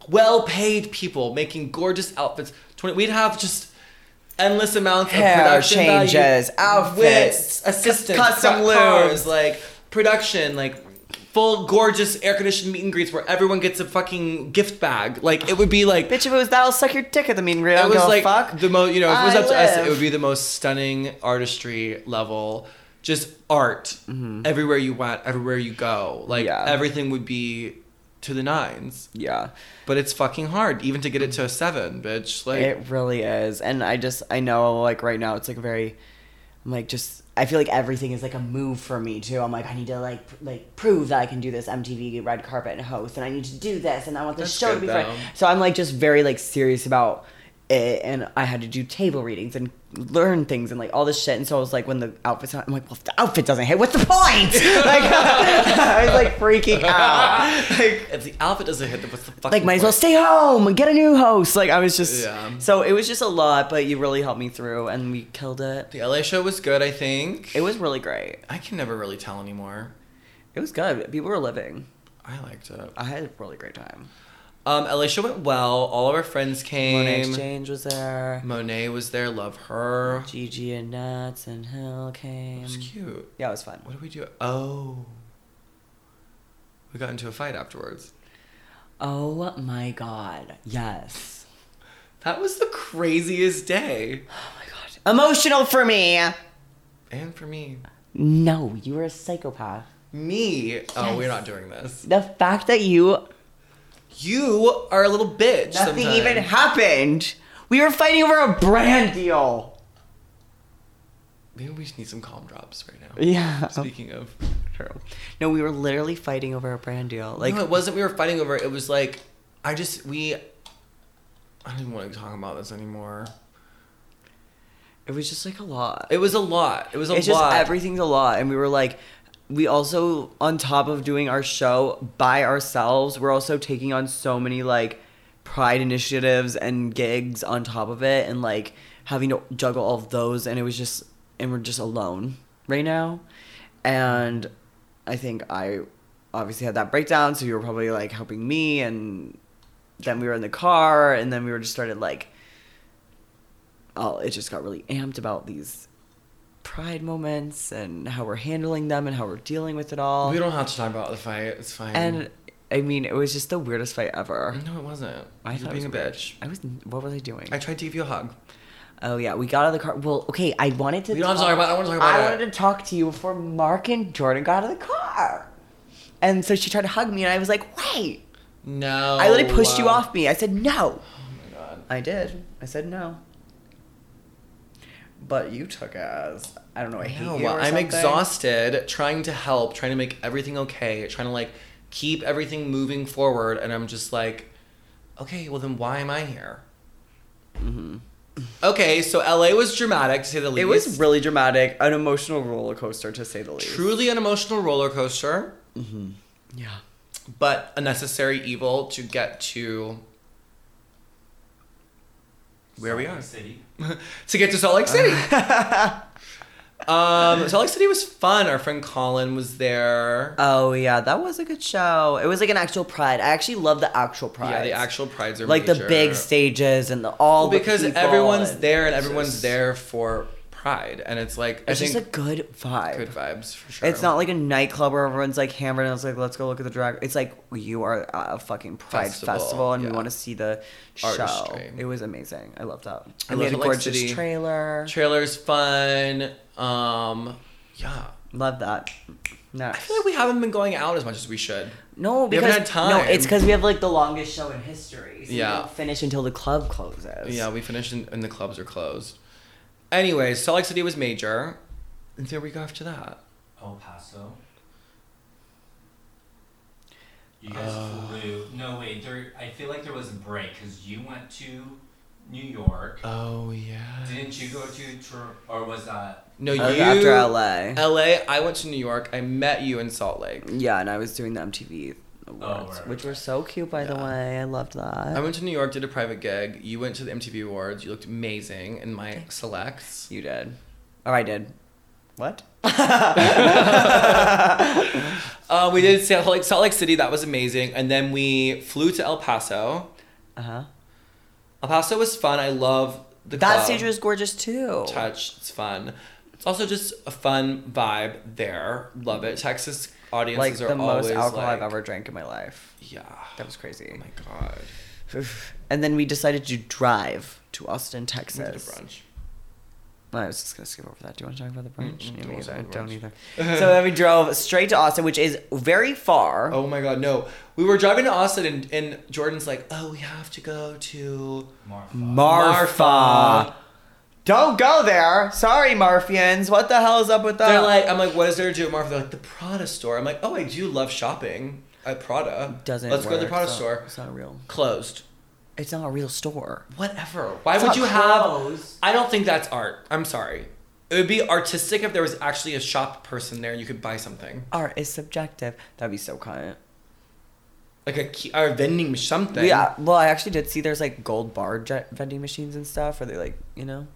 A: well-paid people making gorgeous outfits. Twenty. We'd have just endless amounts
B: Hair
A: of production value,
B: changes, outfits,
A: wits, assistants,
B: custom
A: cu- cars,
B: looms.
A: like production, like. Full gorgeous air conditioned meet and greets where everyone gets a fucking gift bag. Like it would be like
B: Bitch, if it was that, I'll suck your dick at the meeting. Really, I
A: it
B: don't
A: was
B: give a
A: like
B: fuck.
A: the most you know if it was
B: I
A: up to us it
B: live.
A: would be the most stunning artistry level just art everywhere you went everywhere you go like
B: Mm-hmm. Yeah.
A: everything would be to the nines
B: yeah,
A: but it's fucking hard even to get it to a seven bitch like
B: it really is. And I just, I know, like right now, it's like very, I'm like just, I feel like everything is like a move for me too. I'm like, I need to like, pr- like prove that I can do this MTV red carpet and host, and I need to do this, and I want this
A: That's
B: show to
A: good,
B: be fun.
A: though.
B: So I'm like just very like serious about it, and I had to do table readings and learn things and like all this shit. And so I was like, when the outfit's not, I'm like, well, if the outfit doesn't hit, what's the point? like, I was like freaking out. Like,
A: if the outfit doesn't hit then what's the fucking
B: like might as well
A: point?
B: stay home and get a new host like i was just
A: Yeah.
B: so it was just a lot but you really helped me through and we killed it
A: the la show was good i think
B: it was really great
A: i can never really tell anymore
B: it was good people were living
A: i liked it
B: i had a really great time
A: um la show went well all of our friends
B: Monet
A: came monet,
B: exchange was there
A: was there love her
B: gigi and nuts and hill came
A: it was cute
B: yeah it was fun
A: What did we do? Oh. We got into a fight afterwards.
B: oh my god yes
A: That was the craziest day.
B: oh my god emotional for me
A: And for me.
B: no you were a psychopath
A: Me. Oh, we're not doing this.
B: the fact that you
A: You are a little bitch.
B: nothing
A: sometimes.
B: even happened we were fighting over a brand deal
A: Maybe we just need some calm drops right now.
B: yeah
A: Speaking of.
B: True. No, we were literally fighting over a brand deal. Like,
A: Like, no, it wasn't we were fighting over. It It was like, I just, we. I didn't want to talk about this anymore.
B: it was just like a lot.
A: It was a lot. It was a
B: it's
A: lot.
B: just everything's a lot. And we were like, we also, on top of doing our show by ourselves, we're also taking on so many like pride initiatives and gigs on top of it and like having to juggle all of those. And it was just, and we're just alone right now. And I think I obviously had that breakdown. So you were probably like helping me. And then we were in the car and then we were just started like, oh, it just got really amped about these pride moments and how we're handling them and how we're dealing with it all.
A: we don't have to talk about the fight. It's fine.
B: and I mean, it was just the weirdest fight ever.
A: no, it wasn't.
B: I
A: You're
B: thought it
A: being a
B: was weird.
A: bitch.
B: I was. What was I doing?
A: I tried to give you a hug.
B: Oh yeah, we got out of the car. Well, okay, I wanted to.
A: We don't have to talk about it. I don't wanna talk about
B: I
A: it.
B: wanted to talk to you before Mark and Jordan got out of the car, and so she tried to hug me, and I was like, "Wait!"
A: No.
B: I literally pushed you
A: uh,
B: off me. I said
A: Oh
B: no.
A: my god.
B: I did. I said no. But you took us. I don't know. I hate
A: No,
B: you. or
A: I'm
B: something.
A: exhausted trying to help, trying to make everything okay, trying to like keep everything moving forward, and I'm just like, okay, well then why am I here? Okay, so LA was dramatic to say the least.
B: Mm-hmm. It was really dramatic, an emotional roller coaster to say the least.
A: truly an emotional roller coaster,
B: Mm-hmm. Yeah.
A: but a necessary evil to get to where we
C: Salt
A: are.
C: Lake City.
A: to get to Salt Lake City. um, Salt Lake City was fun. Our friend Colin was there.
B: Oh yeah, that was a good show. It was like an actual pride. I actually love the actual pride.
A: Yeah, the actual prides are
B: like the
A: major.
B: big stages and the all
A: Well,
B: the
A: because
B: people
A: everyone's there and
B: it's
A: everyone's
B: just-
A: there for pride, and it's like
B: It's
A: I
B: just a
A: think
B: good vibe.
A: good vibes for sure.
B: It's not like a nightclub where everyone's like hammered and it's like, let's go look at the drag. It's like you are at a fucking pride
A: Festival,
B: festival, and
A: yeah.
B: we want to see the
A: Artistry.
B: show. It was amazing. I loved that.
A: I
B: And
A: love
B: they had a
A: Salt Lake
B: gorgeous
A: City.
B: trailer.
A: trailers fun. Um, yeah.
B: Love that.
A: I
B: Next.
A: feel like we haven't been going out as much as we should.
B: no,
A: we haven't
B: because
A: had
B: no,
A: time.
B: it's because we have like the longest show in history. So
A: Yeah.
B: yeah. Don't finish until the club closes.
A: Yeah, we finished and, and the clubs are closed. Anyway, Salt Lake City was major, and there we go after that.
C: El Paso. You guys
A: Uh.
C: flew. No, wait. There. I feel like there was a break because you went to New York.
A: Oh yeah.
C: Didn't you go to Tor- or was that?
A: No, you
B: That was Uh, after LA.
A: LA. I went to New York. I met you in Salt Lake.
B: Yeah, and I was doing the MTV
A: Oh,
B: awards,
C: right,
B: which
C: right,
B: were
C: right.
B: so cute, by the
A: Yeah.
B: way. I loved that.
A: I went to New York, did a private gig. You went to the MTV Awards. You looked amazing in my selects.
B: you did, or I did. What? Uh-huh.
A: Uh, we did Salt Lake, Salt Lake City. That was amazing. And then we flew to El Paso.
B: Uh huh.
A: El Paso was fun. I love the
B: That
A: club.
B: stage was gorgeous too.
A: touch. It's fun. It's also just a fun vibe there. Love it. Texas
B: like
A: audiences are
B: the most
A: always
B: alcohol
A: like,
B: I've ever drank in my life.
A: Yeah.
B: That was
A: Oh
B: crazy.
A: my god.
B: and then we decided to drive to Austin,
A: We did a
B: Texas.
A: brunch.
B: No, I was just gonna skip over that. Do you want to talk about the brunch?
A: Mm-mm,
B: Yeah,
A: don't
B: me
A: wanna talk
B: either.
A: about
B: Don't
A: brunch.
B: either. so then we drove straight to Austin, which is very far.
A: Oh my god, no. We were driving to Austin and, and Jordan's like, oh, we have to go to
C: Marfa.
B: Marfa.
A: Marfa.
B: Don't go there. Sorry, Marfians. What the hell is up with that?
A: They're like, I'm like, what is there to do at Marfa? They're like, the Prada store. I'm like, oh, I do love shopping at Prada.
B: doesn't.
A: Let's go to the
B: work.
A: Prada
B: It's not-
A: store.
B: It's not a real.
A: Closed.
B: It's not a real store.
A: Whatever. Why
B: It's
A: would
B: not
A: you
B: closed.
A: have? I don't think that's art. I'm sorry. It would be artistic if there was actually a shop person there and you could buy something,
B: Art is subjective. That'd be so cunt.
A: like a key, or a vending mach- something.
B: Yeah. Well, I actually did see there's like gold bar jet vending machines and stuff. Are they like you know?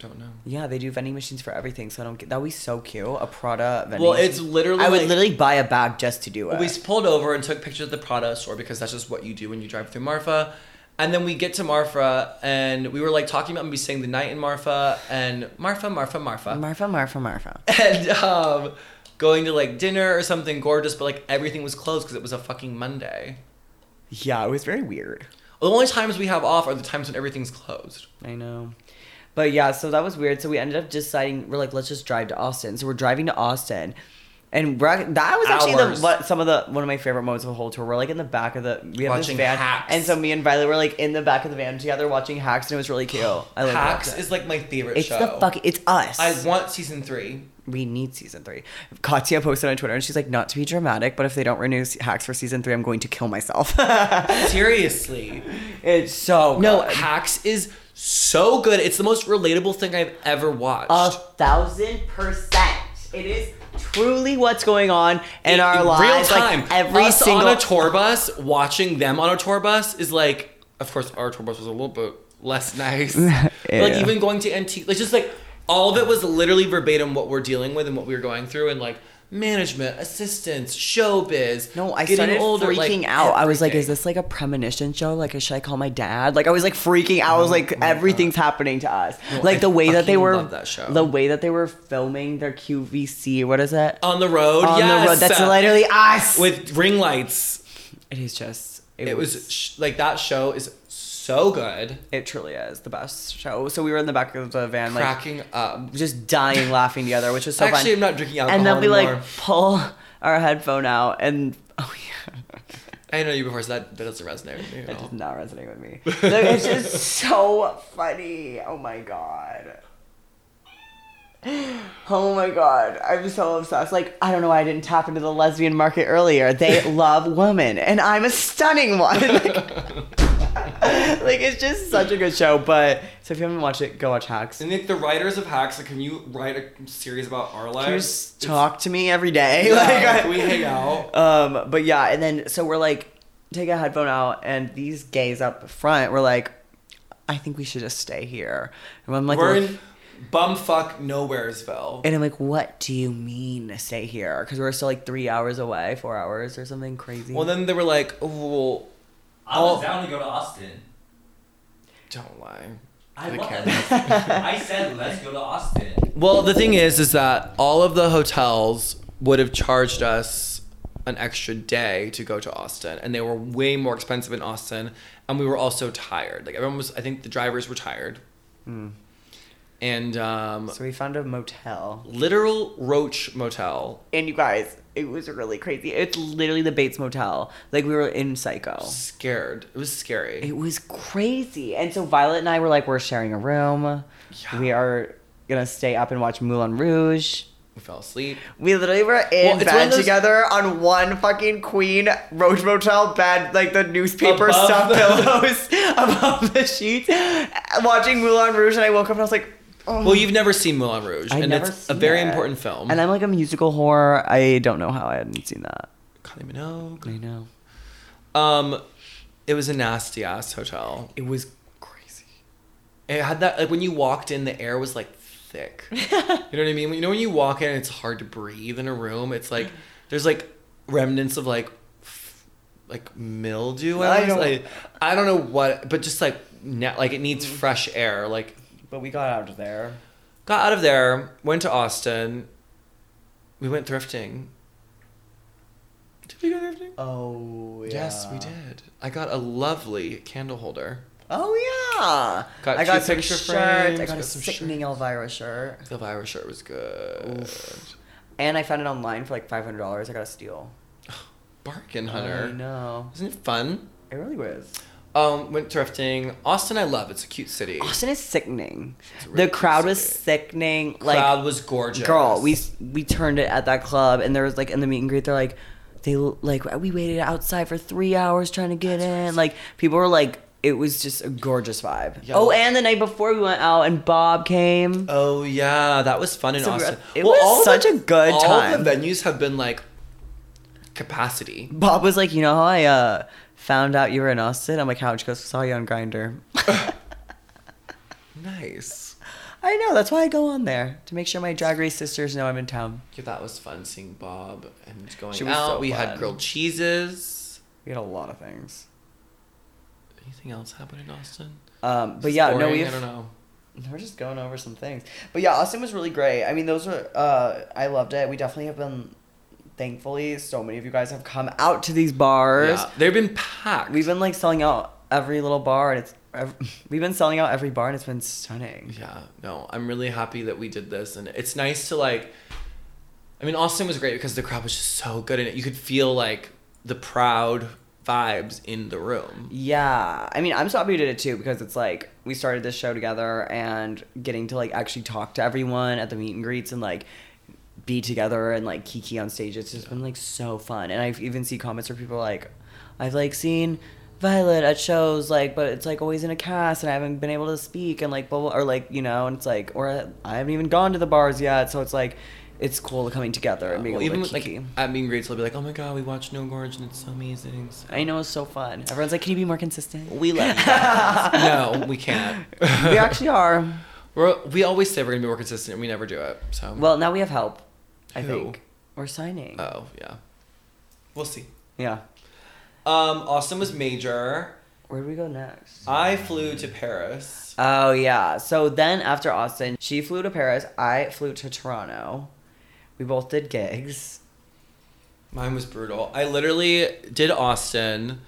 A: Don't know.
B: Yeah, they do vending machines for everything. So I don't get. That'd be so cute. A Prada vending.
A: Well, it's
B: machine.
A: literally.
B: I would
A: like-
B: literally buy a bag just to do it.
A: We s- pulled over and took pictures of the Prada store because that's just what you do when you drive through Marfa. And then we get to Marfa and we were like talking about maybe staying the night in Marfa and Marfa, Marfa, Marfa.
B: Marfa, Marfa, Marfa.
A: and um, going to like dinner or something gorgeous, but like everything was closed because it was a fucking Monday.
B: Yeah, it was very weird.
A: The only times we have off are the times when everything's closed.
B: I know. But yeah, so that was weird. So we ended up deciding we're like, let's just drive to Austin. So we're driving to Austin, and we're, ac- that was actually
A: Hours.
B: the what, some of the one of my favorite moments of the whole tour. We're like in the back of the we have
A: Watching
B: this van,
A: Hacks.
B: and so me and Violet were like in the back of the van together watching Hacks, and it was really cute. I like
A: Hacks is like my favorite
B: it's
A: show.
B: the fuck. It's us.
A: I want season three.
B: we need season three. Katya posted on Twitter, and she's like, not to be dramatic, but if they don't renew se- Hacks for season three, I'm going to kill myself.
A: Seriously.
B: it's so
A: No,
B: good.
A: Hacks is so good. It's the most relatable thing I've ever watched.
B: A thousand percent. It is truly what's going on in our lives.
A: real time.
B: Like every
A: Us
B: single
A: on a tour bus, watching them on a tour bus is like. Of course, our tour bus was a little bit less nice. But, Like
B: Yeah.
A: even going to NT, like just like all of it was literally verbatim what we're dealing with and what we were going through, and like management, assistance, showbiz.
B: No, I
A: getting
B: started
A: older, like,
B: freaking out. I was like, "Is
A: everything.
B: this like a premonition show? Like, should I call my dad?" Like, I was like freaking out. I
A: Oh
B: was like, "Everything's happening to us." like
A: I
B: the way that they
A: fucking
B: were,
A: love that show.
B: the way that they were filming their QVC. What is it?
A: on the road?
B: On
A: Oh, yes.
B: the road. That's literally us.
A: with ring lights.
B: it is just.
A: It was sh- like that show is so so good.
B: It truly is the best show. So we were in the back of the van, like
A: cracking up.
B: just dying laughing together, which is so
A: Actually, I'm
B: fun.
A: not drinking alcohol
B: and then we
A: anymore.
B: like pull our headphone out, and oh yeah,
A: I know you before, so that, that doesn't resonate with me at
B: that does
A: all.
B: not resonate with me. Like, it's just so funny. Oh my god. Oh my god, I'm so obsessed. Like I don't know why I didn't tap into the lesbian market earlier. They love women, and I'm a stunning one. Like, like, it's just such a good show. But so if you haven't watched it, go watch Hacks.
A: And like the writers of hacks, like, can you write a series about our lives?
B: Can you just talk to me every day?
A: Yeah,
B: like, I-
A: can we hang out?
B: Um, but yeah, and then so we're like, take a headphone out, and these gays up front were like, I think we should just stay here. And I'm like,
A: We're
B: "Look-"
A: in bumfuck nowheresville.
B: and I'm like, what do you mean stay here? Because we're still like three hours away, four hours or something crazy.
A: Well, then they were like, "Oh, well,
C: I was
A: Oh.
C: down to go to Austin.
A: don't lie."
C: I
A: the
C: love
A: camera.
C: that. I said let's go to Austin.
A: Well, the thing is, is that all of the hotels would have charged us an extra day to go to Austin, and they were way more expensive in Austin, and we were also tired. Like everyone was, I think the drivers were tired, Hmm. and um,
B: so we found a motel.
A: literal Roach Motel,
B: And you guys, it was really crazy. It's literally the Bates Motel. Like we were in Psycho.
A: scared. It was scary.
B: It was crazy. And so Violet and I were like, we're sharing a room.
A: Yeah.
B: We are gonna stay up and watch Moulin Rouge.
A: We fell asleep.
B: We literally were
A: Well,
B: in
A: it's one
B: bed
A: of those-
B: together on one fucking Queen Roach Motel bed, like the newspaper
A: Above
B: stuffed
A: the-
B: pillows above the sheets, watching Moulin Rouge, and I woke up and I was like, oh.
A: Well, you've never seen Moulin Rouge,
B: I'd
A: and
B: never
A: it's a
B: seen
A: very
B: it.
A: important film.
B: And I'm like a musical whore. I don't know how I hadn't seen that.
A: Kylie Minogue.
B: I know.
A: Um, it was a nasty ass hotel.
B: It was crazy.
A: It had that like when you walked in, the air was like thick. you know what I mean? You know when you walk in, it's hard to breathe in a room. It's like there's like remnants of like f- like mildew.
B: I
A: I don't,
B: don't-
A: like, I don't know what, but just like na- like it
B: Mm-hmm.
A: needs fresh air. Like
B: But we got out of there.
A: got out of there, went to Austin. We went thrifting. Did we go thrifting?
B: Oh, yeah.
A: Yes, we did. I got a lovely candle holder.
B: Oh, yeah.
A: Got
B: I got
A: two
B: some
A: picture
B: shirts.
A: frames,
B: I got, a
A: got some
B: sickening Elvira shirt.
A: The virus shirt was good.
B: And I found it online for like $500. I got a steal.
A: Bargain
B: I
A: hunter.
B: know.
A: Isn't it fun?
B: It really was.
A: Um, went thrifting. Austin, I love. It's a cute city.
B: Austin is sickening.
A: It's a really
B: The crowd
A: cute
B: was
A: city.
B: sickening. Like,
A: Crowd was gorgeous.
B: girl, we we turned it at that club, and there was like in the meet and greet, they're like, they like we waited outside for three hours trying to get in. Like, people were like, it was just a gorgeous vibe.
A: Yeah.
B: Oh, and the night before we went out, and Bob came.
A: Oh yeah, that was fun in
B: So we were-
A: Austin.
B: it was such a good
A: all
B: time.
A: the venues have been like capacity.
B: Bob was like, you know how I uh, found out you were in Austin? I'm like, how? She goes, saw you on Grinder.
A: Nice.
B: I know. That's why I go on there to make sure my drag race sisters know I'm in town.
A: Yeah, that was fun seeing Bob and going
B: She was
A: out.
B: so
A: we had
B: fun.
A: grilled cheeses.
B: We had a lot of things.
A: Anything else happened in Austin?
B: Um, but
A: It's
B: yeah, no,
A: boring,
B: we
A: I don't know.
B: we're just going over some things. But yeah, Austin was really great. I mean, those were uh, I loved it. We definitely have been, thankfully, so many of you guys have come out to these bars.
A: Yeah, they've been packed.
B: We've been like selling out every little bar, and it's ev we've been selling out every bar, and it's been stunning.
A: Yeah, no, I'm really happy that we did this, and it's nice to like. I mean, Austin was great because the crowd was just so good, and you could feel like the proud vibes in the room.
B: Yeah, I mean, I'm so happy we did it too because it's like we started this show together and getting to like actually talk to everyone at the meet and greets and like be together and like kiki on stage. It's just been like so fun, and I've even seen comments where people are like, I've like seen Violet at shows like, but it's like always in a cast, and I haven't been able to speak and like blah, blah or like you know, and it's like or I haven't even gone to the bars yet, so it's like it's cool coming together and being
A: Uh, Well,
B: able
A: even
B: to
A: like
B: kiki.
A: at being great, they'll be like, "Oh my god, we watched No Gorge, and it's so amazing." So-
B: I know it's so fun. Everyone's like, can you be more consistent?
A: We love you. guys. no, we can't.
B: we actually are.
A: We're, we always say we're gonna be more consistent, and we never do it. So
B: Well, now we have help. I
A: Who?
B: think we're signing.
A: oh yeah, we'll see.
B: yeah.
A: Um, Austin was major.
B: Where do we go next?
A: I flew to Paris.
B: Oh yeah. So then after Austin, she flew to Paris. I flew to Toronto. We both did gigs.
A: Mine was brutal. I literally did Austin,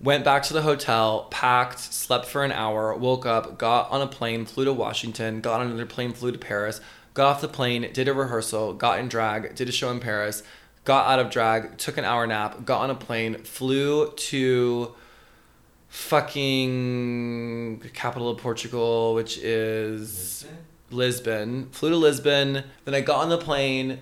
A: Went back to the hotel, packed, slept for an hour, woke up, got on a plane, flew to Washington, got on another plane, flew to Paris, got off the plane, did a rehearsal, got in drag, did a show in Paris, got out of drag, took an hour nap, got on a plane, flew to fucking capital of Portugal, which is Lisbon. Flew to Lisbon. Then I got on the plane,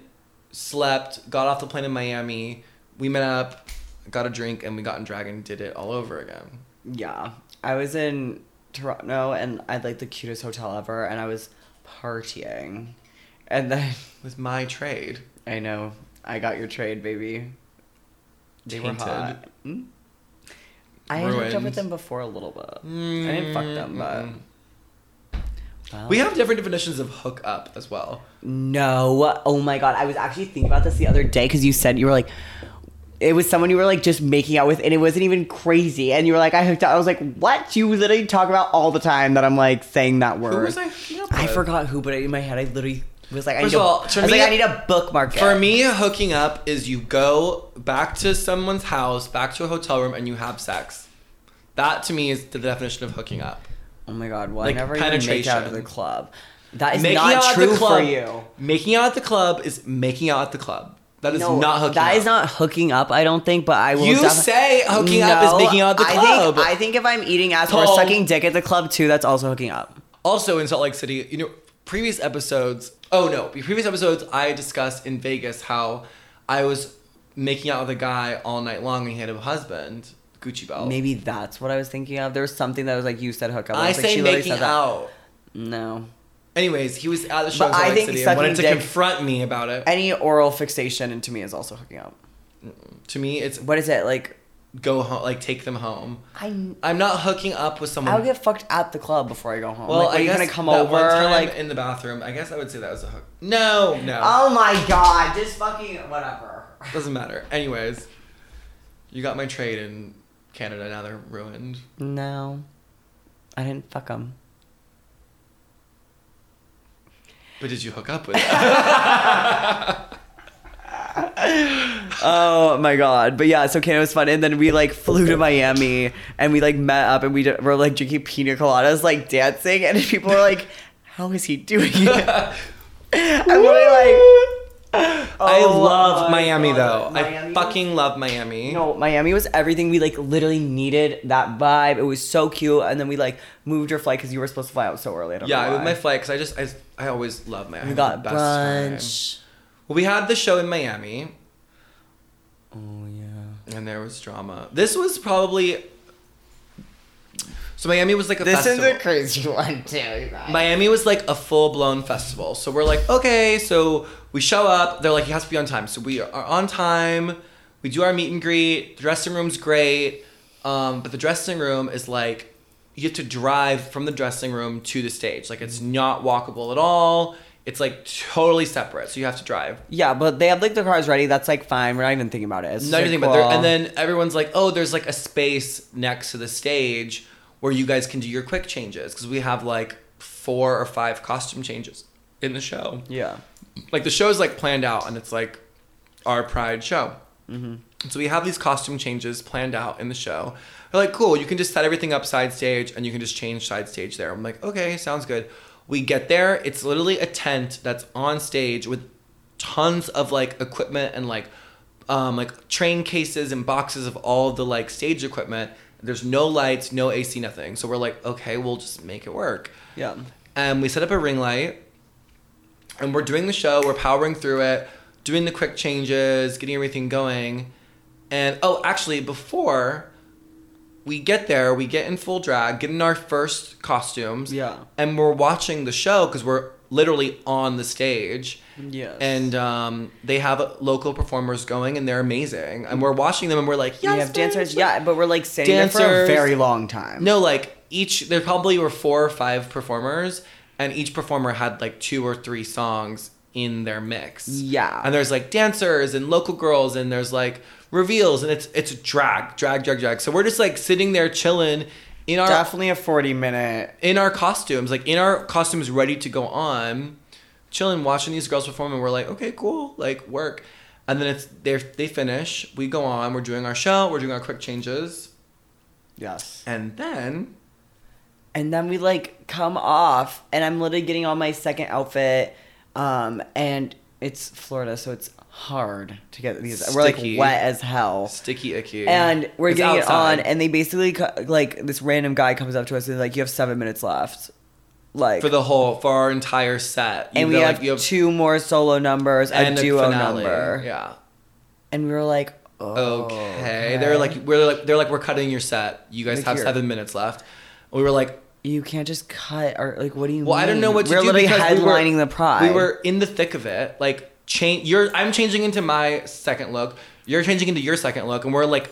A: slept, got off the plane in Miami. We met up, got a drink, and we got in drag and did it all over again.
B: Yeah. I was in Toronto and I had like the cutest hotel ever and I was partying. And then
A: It was my trade.
B: I know I got your trade, baby. They were
A: Tainted.
B: hot. Hmm? I had hooked up
A: Ruined.
B: with them before a little bit. I didn't fuck them, but. Well.
A: Mm-hmm. We have different definitions of hook up as well.
B: No. Oh my god. I was actually thinking about this the other day because you said you were like it was someone you were like just making out with and it wasn't even crazy. And you were like, I hooked up. I was like, what? You literally talk about all the time that I'm like saying that word.
A: Who was I hooking up
B: I
A: with?
B: forgot who, but in my head I literally was like, I
A: First
B: need
A: of
B: a-
A: all,
B: I
A: to
B: was
A: me-
B: like, I need a bookmark. it.
A: For me, hooking up is you go back to someone's house, back to a hotel room, and you have sex. That to me is the definition of hooking up.
B: Oh my god, well
A: Like,
B: I never even make out of
A: penetration.
B: the club. That is
A: making out
B: not
A: at the
B: true
A: club,
B: for you.
A: Making out at the club is making out at the club. That is
B: No,
A: not hooking
B: That
A: up.
B: is not hooking up. I don't think, but I will.
A: You
B: defi-
A: say hooking up is making out at the
B: I
A: club.
B: Think, I think if I'm eating ass or
A: Paul.
B: sucking dick at the club too, that's also hooking up.
A: Also in Salt Lake City, you know, previous episodes. Oh no, previous episodes I discussed in Vegas how I was making out with a guy all night long and he had a husband, Gucci Belt.
B: Maybe that's what I was thinking of. There was something that was like you said hook up.
A: I
B: was like,
A: say
B: she literally
A: making
B: said that.
A: out.
B: No.
A: Anyways, he was at the show in
B: But I
A: Salt Lake
B: think
A: City and wanted to
B: sucking dick-
A: confront me about it.
B: Any oral fixation into me is also hooking up.
A: to me, it's
B: What is it like?
A: go home, like take them home.
B: I
A: I'm not hooking up with someone.
B: I would get fucked at the club before I go home.
A: well,
B: like, what,
A: I
B: are you
A: guess
B: gonna come
A: that
B: over?
A: one time
B: like,
A: in the bathroom. I guess I would say that was a hook. No, no.
B: oh my god, just fucking whatever.
A: Doesn't matter. Anyways, you got my trade in Canada. Now they're ruined.
B: No, I didn't fuck them.
A: But did you hook up with? them?
B: Oh my god! But yeah, so Canada was fun, and then we like flew to Miami, and we like met up, and we d- were like drinking pina coladas, like dancing, and people were like, "How is he doing it?" I'm literally like,
A: I
B: Oh
A: love
B: my
A: Miami
B: God.
A: though. I
B: Miami?
A: fucking love Miami.
B: No, Miami was everything. We like literally needed that vibe. It was so cute. And then we like moved your flight because you were supposed to fly out so early. I don't
A: Yeah,
B: know
A: I
B: why.
A: with my flight because I just I, I always love Miami.
B: We got
A: The best time.
B: brunch.
A: Well, we had the show in Miami,
B: Oh yeah.
A: and there was drama. This was probably. So Miami was like a
B: This
A: festival.
B: is a crazy one too. you guys.
A: Miami was like a full blown festival. So we're like, okay, so we show up. They're like, you has to be on time. So we are on time. We do our meet and greet. The dressing room's great. Um, but the dressing room is like, you have to drive from the dressing room to the stage. Like, it's not walkable at all. It's like totally separate. So you have to drive.
B: yeah, but they have like the cars ready. That's like fine. We're not even thinking about it. It's
A: Not
B: just,
A: anything,
B: like,
A: but there,
B: cool.
A: and then everyone's like, "Oh, there's like a space next to the stage where you guys can do your quick changes because we have like four or five costume changes in the show.
B: yeah,
A: Like the show's like planned out, and it's like our pride show. So we have these costume changes planned out in the show. They're like, cool, you can just set everything up side stage and you can just change side stage there. I'm like, okay, sounds good. We get there, it's literally a tent that's on stage with tons of like equipment and like um like train cases and boxes of all the like stage equipment. There's no lights, no AC, nothing. So we're like, okay, we'll just make it work
B: yeah.
A: and we set up a ring light and we're doing the show we're powering through it doing the quick changes getting everything going and oh actually before we get there we get in full drag get in our first costumes
B: Yeah.
A: and we're watching the show because we're literally on the stage
B: Yes.
A: and um, they have local performers going and they're amazing and we're watching them and we're like yes,
B: we have dancers.
A: bitch,
B: Yeah, but we're like standing there for a
A: Dancers.
B: very long time.
A: no, like each there probably were four or five performers, and each performer had like two or three songs in their mix.
B: Yeah.
A: And there's like dancers and local girls, and there's like reveals, and it's it's drag, drag, drag, drag. So we're just like sitting there chilling in our
B: definitely a forty-minute
A: in our costumes, like in our costumes ready to go on, chilling, watching these girls perform, and we're like, okay, cool, like work. And then it's they they finish, we go on, we're doing our show, we're doing our quick changes,
B: Yes.
A: And then
B: And then we like come off, and I'm literally getting on my second outfit, um, and it's Florida, so it's hard to get these.
A: Sticky.
B: We're like wet as hell.
A: sticky icky.
B: And we're
A: It's
B: getting
A: outside.
B: it on, and they basically co- like this random guy comes up to us and is like, "You have seven minutes left." Like
A: for the whole for our entire set. You
B: and we
A: know,
B: have,
A: like, you
B: two more solo numbers,
A: and
B: a duo number,
A: Yeah.
B: and we were like, oh,
A: Okay. They're like we're like they're like we're cutting your set. You guys
B: Like
A: have
B: here.
A: seven minutes left. We were like,
B: you can't just cut or like, what do you?"
A: well, I don't know
B: mean?
A: what to
B: we're
A: do
B: literally
A: because
B: headlining
A: we were,
B: the pride.
A: We were in the thick of it. Like change. You're I'm changing into my second look. You're changing into your second look, and we're like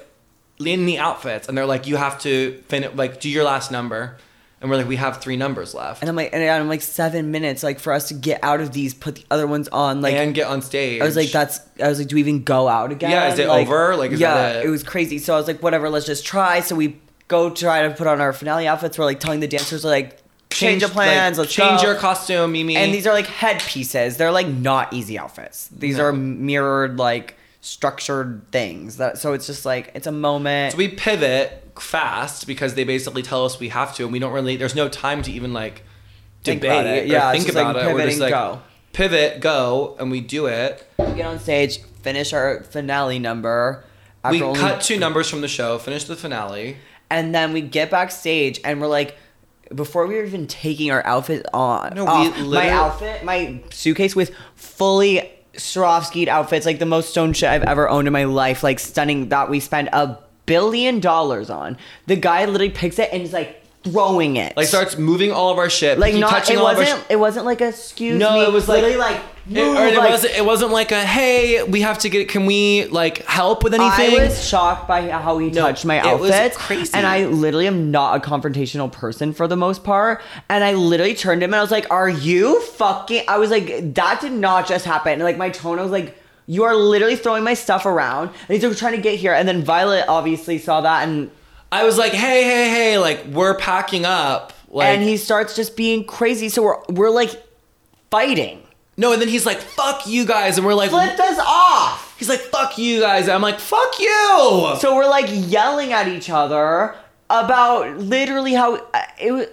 A: in the outfits, and they're like, you have to finish like do your last number, and we're like, we have three numbers left,
B: and I'm like, and I'm like seven minutes, like for us to get out of these, put the other ones on, like.
A: and get on stage.
B: I was like, that's. I was like, do we even go out again?
A: Yeah, is it over? Like, is
B: yeah,
A: that it?
B: it? was crazy. So I was like, whatever, let's just try. So we go try to put on our finale outfits. We're like telling the dancers, like, change, the
A: like,
B: plans. let's
A: change
B: go.
A: your costume, Mimi.
B: And these are like headpieces. They're like not easy outfits. These
A: No.
B: are mirrored, like structured things. That so it's just like it's a moment.
A: So we pivot fast because they basically tell us we have to, and we don't really. There's no time to even like
B: Think
A: debate
B: about it.
A: or
B: Yeah, it's
A: think
B: just like
A: about it. We're
B: pivot
A: just like
B: and go.
A: pivot, go, and we do it.
B: We get on stage, finish our finale number.
A: we
B: after only-
A: cut two numbers from the show, finish the finale.
B: and then we get backstage, and we're like. Before we were even taking our outfit on,
A: No, we
B: off, my
A: literally-
B: outfit, my suitcase with fully Swarovski'd outfits, like the most stone shit I've ever owned in my life, like stunning that we spent a billion dollars on. The guy literally picks it and is like throwing it,
A: Like starts moving all of our shit,
B: like
A: keep
B: not
A: touching
B: it
A: all of our
B: wasn't
A: sh-
B: it wasn't like a excuse
A: No,
B: me
A: it was like-
B: literally like,
A: It,
B: move,
A: or it
B: like-
A: wasn't. It wasn't like a hey, we have to get. Can we like help with anything?
B: I was shocked by how he touched my
A: it was
B: outfit.
A: crazy.
B: And I literally am not a confrontational person for the most part. And I literally turned to him and I was like, Are you fucking I was like, that did not just happen. And like my tone, I was like, You are literally throwing my stuff around. And he's like trying to get here. And then Violet obviously saw that and
A: I was like, hey, hey, hey, like we're packing up. Like
B: and he starts just being crazy. So we're we're like fighting.
A: no, and then he's like, fuck you guys, and we're like,
B: Flip this off.
A: He's like, fuck you guys. I'm like, fuck you.
B: So we're like yelling at each other about literally how uh, it was.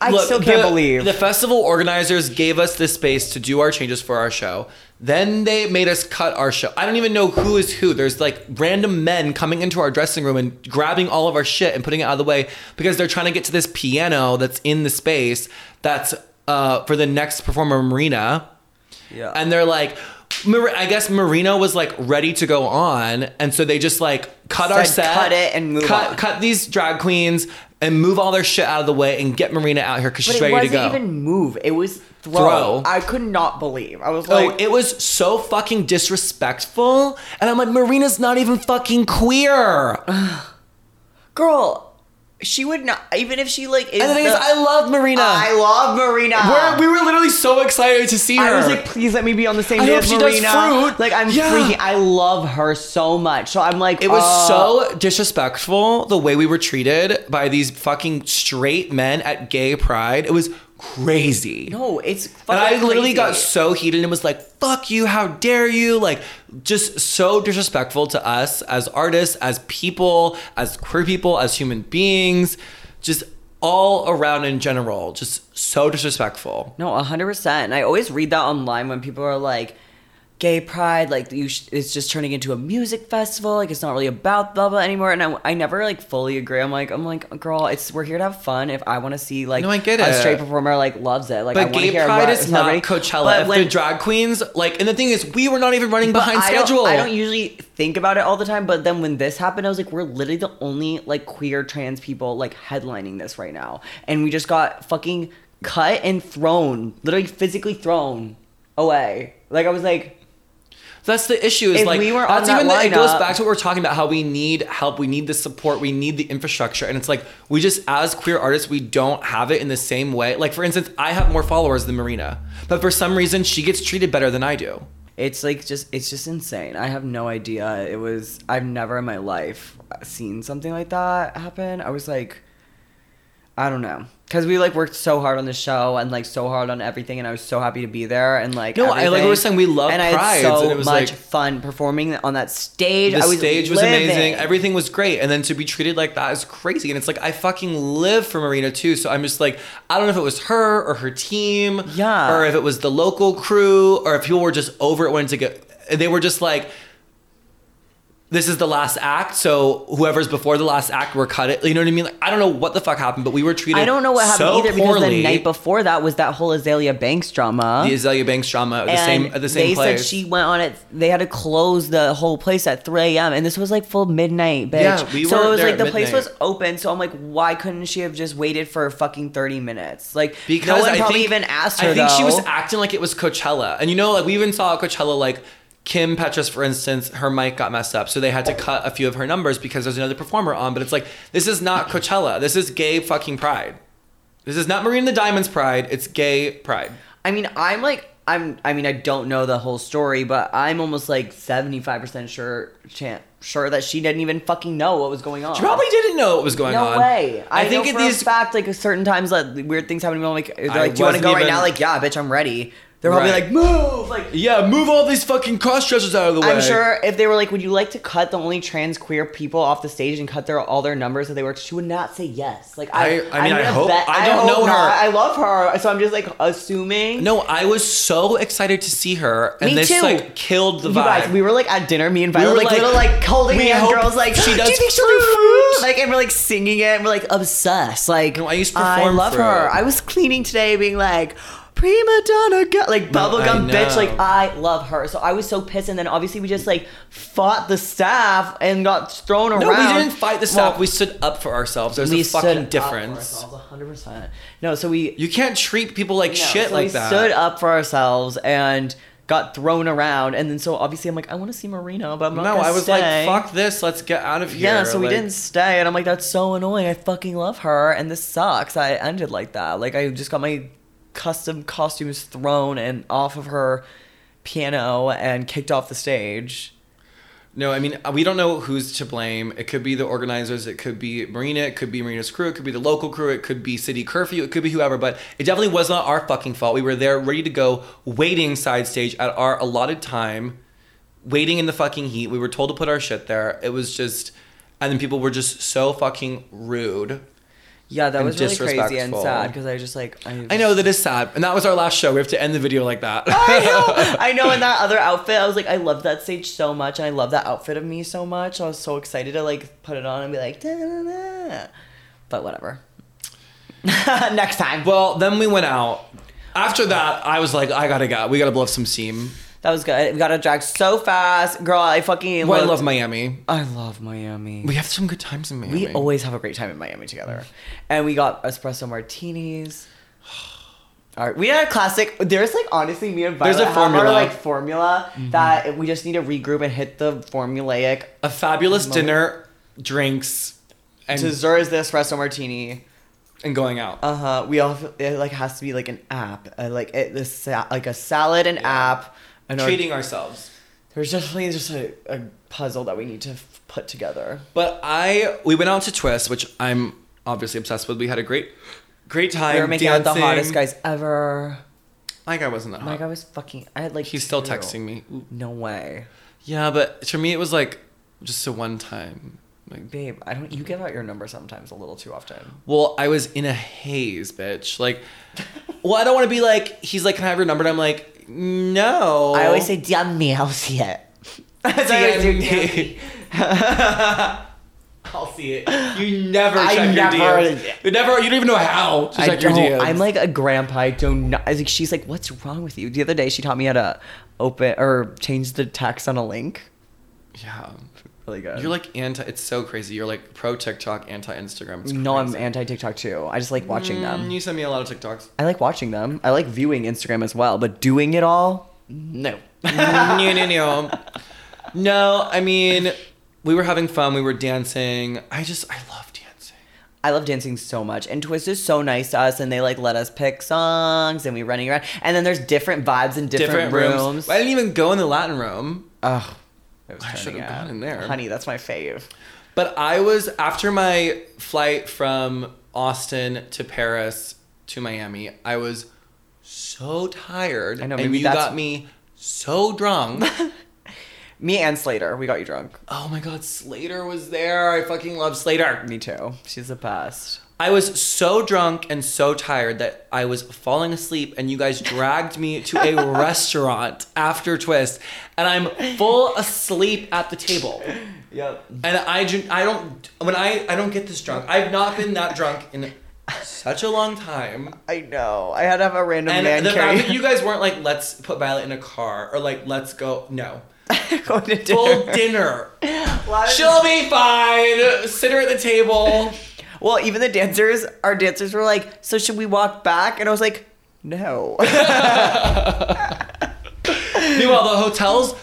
B: I
A: Look,
B: still can't
A: the-
B: believe.
A: The festival organizers gave us the space to do our changes for our show. Then they made us cut our show. I don't even know who is who. There's like random men coming into our dressing room and grabbing all of our shit and putting it out of the way because they're trying to get to this piano that's in the space that's uh, for the next performer, Marina.
B: yeah.
A: and they're like Mar- I guess Marino was like ready to go on, and so they just like cut our
B: Said,
A: set,
B: "Cut it and move
A: cut,
B: on."
A: cut these drag queens and move all their shit out of the way and get Marina out here because
B: but
A: she's
B: it
A: ready to
B: wasn't
A: go.
B: even move. It was throw.
A: Throw.
B: I could not believe. I was
A: Oh,
B: like,
A: it was so fucking disrespectful, and I'm like, Marina's not even fucking queer. And
B: girl, she would not. Even if she like is.
A: the thing is,
B: the-
A: I love Marina.
B: I love Marina.
A: We're- we were literally so excited to see her.
B: I was like, please let me be on the same
A: I
B: day
A: hope
B: as
A: she does
B: Marina.
A: fruit.
B: Like I'm
A: Yeah.
B: freaking. I love her so much. So I'm like,
A: It was
B: uh,
A: so disrespectful the way we were treated by these fucking straight men at gay pride. It was crazy.
B: No, it's.
A: and I
B: fucking
A: literally got
B: crazy.
A: so heated and was like, fuck you, how dare you? Like, just so disrespectful to us as artists, as people, as queer people, as human beings, just all around in general. Just so disrespectful.
B: No, 100%. And I always read that online when people are like, gay pride, like, you sh- it's just turning into a music festival. Like, it's not really about blah, blah anymore. And I, I never, like, fully agree. I'm like, I'm like, girl, it's, we're here to have fun. If I want to see, like,
A: No, I get
B: a
A: it.
B: straight performer, like, loves it. Like, I
A: But
B: wanna
A: gay
B: hear
A: pride
B: what-
A: is not
B: celebrity-
A: Coachella.
B: But
A: If
B: when-
A: the drag queens, like, and the thing is, we were not even running
B: but
A: behind
B: I don't-
A: schedule.
B: I don't usually think about it all the time, but then when this happened, I was like, we're literally the only like queer trans people like headlining this right now, and we just got fucking cut and thrown, literally physically thrown away. Like I was like,
A: That's the issue. Is
B: If
A: like
B: we were on
A: that's
B: that
A: even the, it goes
B: lineup-
A: back to what we're talking about. How we need help. We need the support. We need the infrastructure. And it's like we just as queer artists, we don't have it in the same way. Like for instance, I have more followers than Marina, but for some reason, she gets treated better than I do.
B: it's like just it's just insane. I have no idea. It was I've never in my life seen something like that happen. I was like, I don't know. Cause we like worked so hard on the show and like so hard on everything, and I was so happy to be there and like
A: No, I- like I
B: everything.
A: was saying, we loved
B: and I had
A: Prides,
B: so
A: and it was,
B: much
A: like-
B: fun performing on that stage.
A: The
B: I was
A: stage was
B: living.
A: amazing. Everything was great. And then to be treated like that is crazy. And it's like I fucking live for Marina too. So I'm just like, I don't know if it was her or her team.
B: Yeah.
A: Or if it was the local crew or if people were just over it wanting to get they were just like this is the last act, so whoever's before the last act, we're cut it. You know what I mean? Like, I don't know what the fuck happened, but we were treated.
B: I don't know what happened
A: so
B: either because
A: poorly.
B: the night before that was that whole Azalea Banks drama.
A: the Azalea Banks drama, at the same at the same
B: they
A: place.
B: said she went on it. They had to close the whole place at 3 a.m. and this was like full midnight, bitch.
A: Yeah, we
B: so
A: were
B: it was
A: there
B: like
A: at
B: the place
A: midnight.
B: was open. So I'm like, why couldn't she have just waited for fucking 30 minutes? Like,
A: Because
B: no one
A: I
B: probably
A: think,
B: even asked her.
A: I think she was
B: though.
A: acting like it was Coachella, and you know, like we even saw at Coachella, like Kim Petras, for instance, her mic got messed up, so they had to cut a few of her numbers because there's another performer on. But it's like this is not Coachella. This is gay fucking pride. This is not Marina the Diamonds Pride. It's gay pride.
B: I mean, I'm like, I'm. I mean, I don't know the whole story, but I'm almost like 75 percent sure, chan- sure that she didn't even fucking know what was going on.
A: She probably didn't know what was going
B: No
A: on.
B: way. I, think
A: it
B: know for a fact, like certain times, like weird things happen. to me, I'm like, they're
A: I
B: like, do you want
A: wasn't
B: to go right
A: even-
B: now? Like, yeah, bitch, I'm ready. They're probably
A: Right.
B: like,
C: Oh,
B: move. Like,
A: Yeah, move all these fucking cross dressers out of the way.
B: I'm sure if they were like, would you like to cut the only trans queer people off the stage and cut their all their numbers that they worked? She would not say yes. Like,
A: I- I
B: I,
A: mean,
B: I'm
A: I
B: gonna
A: hope-
B: bet-
A: I don't
B: hope
A: know her.
B: not. I love her, so I'm just like assuming.
A: No, I was so excited to see her, and
B: Me
A: this
B: too.
A: like killed the
B: You
A: vibe.
B: guys, we were like at dinner, me and Violet,
A: were,
B: like,
A: like,
B: little like holding
A: we
B: hands,
A: hope
B: girls, like
A: she
B: Do you
A: does
B: think she'll
A: fruit?"
B: fruit? Like, and we're like singing it, and we're like obsessed. Like,
A: No, I used to
B: I
A: perform
B: love
A: fruit.
B: her. I was cleaning today, being like prima donna, gu-, like
A: No, I
B: bubblegum bitch.
A: know.
B: Like, I love her. So I was so pissed, and then obviously we just like fought the staff and got thrown
A: No,
B: around.
A: we didn't fight the
B: Well,
A: staff. we stood up for ourselves. There's
B: we
A: a
B: stood
A: fucking
B: up for
A: difference.
B: ourselves, 100%. No, so we
A: You can't treat people like
B: No,
A: shit
B: so
A: like
B: we
A: that.
B: stood up for ourselves and got thrown around, and then so obviously I'm like, I want to see Marina, but I'm not.
A: No,
B: gonna
A: I was
B: stay.
A: like, fuck this, let's get out of here.
B: Yeah, so we
A: Like,
B: didn't stay, and I'm like, that's so annoying. I fucking love her, and this sucks. I ended like that. Like I just got my custom costumes thrown and off of her piano and kicked off the stage.
A: No, I mean, we don't know who's to blame. It could be the organizers, it could be Marina, it could be Marina's crew, it could be the local crew, it could be City Curfew, it could be whoever, but it definitely was not our fucking fault. We were there ready to go, waiting side stage at our allotted time, waiting in the fucking heat. We were told to put our shit there. It was just, and then people were just so fucking rude.
B: Yeah, that
A: And
B: was really crazy and
A: disrespectful.
B: sad because I just like I,
A: I know that is sad, and that was our last show. We have to end the video like that.
B: I know, I know. In that other outfit, I was like, I love that stage so much, and I love that outfit of me so much. I was so excited to like put it on and be like, da da da. da." But whatever. Next time.
A: Well, then we went out. After that, I was like, I gotta go. We gotta blow up some steam.
B: that was good. We got to drag so fast, girl. I fucking.
A: Well, I
B: loved-
A: love Miami.
B: I love Miami.
A: We have some good times in Miami.
B: we always have a great time in Miami together, and we got espresso martinis. All right, we had a classic. There's like honestly, me and Violet
A: There's a
B: have our
A: formula. Mm-hmm.
B: like formula that we just need to regroup and hit the formulaic
A: a fabulous
B: Moment.
A: dinner, drinks, and
B: dessert is the espresso martini.
A: and going out.
B: Uh huh. We all it like has to be like an app, uh, like it, this sa- like a salad, an app. An or-
A: treating ourselves.
B: there's definitely just a, a puzzle that we need to f- put together.
A: But I we went out to Twist, which I'm obviously obsessed with. We had a great great time.
B: we were making out
A: dancing.
B: with the hottest guys ever.
A: My guy wasn't that hot.
B: My guy was fucking. I had like.
A: He's still
B: two.
A: texting me. Ooh.
B: No way,
A: Yeah, but to me it was like just a one time. Like
B: babe. I don't. You give out your number sometimes a little too often.
A: Well, I was in a haze, bitch. Like, well, I don't want to be like, he's like, can I have your number? And I'm like, no.
B: I always say, "DM me, I'll see it." That's what I always do, "DM me."
A: I'll see it. You never
B: I
A: check your
B: never-
A: DMs. You never, you don't even know how to
B: I
A: check your
B: don't-
A: DMs.
B: I'm like a grandpa. I do not. I was like, she's like, what's wrong with you? The other day, she taught me how to open or change the text on a link. uh,
A: yeah.
B: Really good.
A: You're like anti, it's so crazy. You're like pro TikTok, anti Instagram. It's
B: no, I'm
A: crazy.
B: anti TikTok too. I just like watching
A: Mm,
B: them.
A: You send me a lot of TikToks.
B: I like watching them. I like viewing Instagram as well, but doing it all, no.
A: no, no, no. No, I mean, we were having fun. We were dancing. I just, I love dancing.
B: I love dancing so much, and Twist is so nice to us, and they like let us pick songs, and we running around, and then there's different vibes in different, rooms.
A: I didn't even go in the Latin room.
B: Ugh, it was
A: I
B: turning
A: should've
B: out.
A: gone in there.
B: honey. That's my fave.
A: But I was after my flight from Austin to Paris to Miami. I was so tired.
B: I know,
A: and
B: maybe
A: you
B: that's-
A: got me so drunk.
B: Me and Slater, we got you drunk.
A: oh my God, Slater was there. I fucking love Slater.
B: Me too. She's the best.
A: I was so drunk and so tired that I was falling asleep, and you guys dragged me to a restaurant after Twist, and I'm full asleep at the table.
B: Yep.
A: And I, ju- I don't when I I don't get this drunk. I've not been that drunk in such a long time.
B: I know. I had to have a random
A: And
B: man
A: the
B: carry.
A: fact that you guys weren't like, let's put Violet in a car or like, let's go. No,
B: going to
A: full
B: dinner.
A: dinner.
B: Why-
A: She'll be fine. Sit her at the table.
B: Well, even the dancers, our dancers were like, "So should we walk back?" And I was like, "No."
A: Meanwhile, the hotel's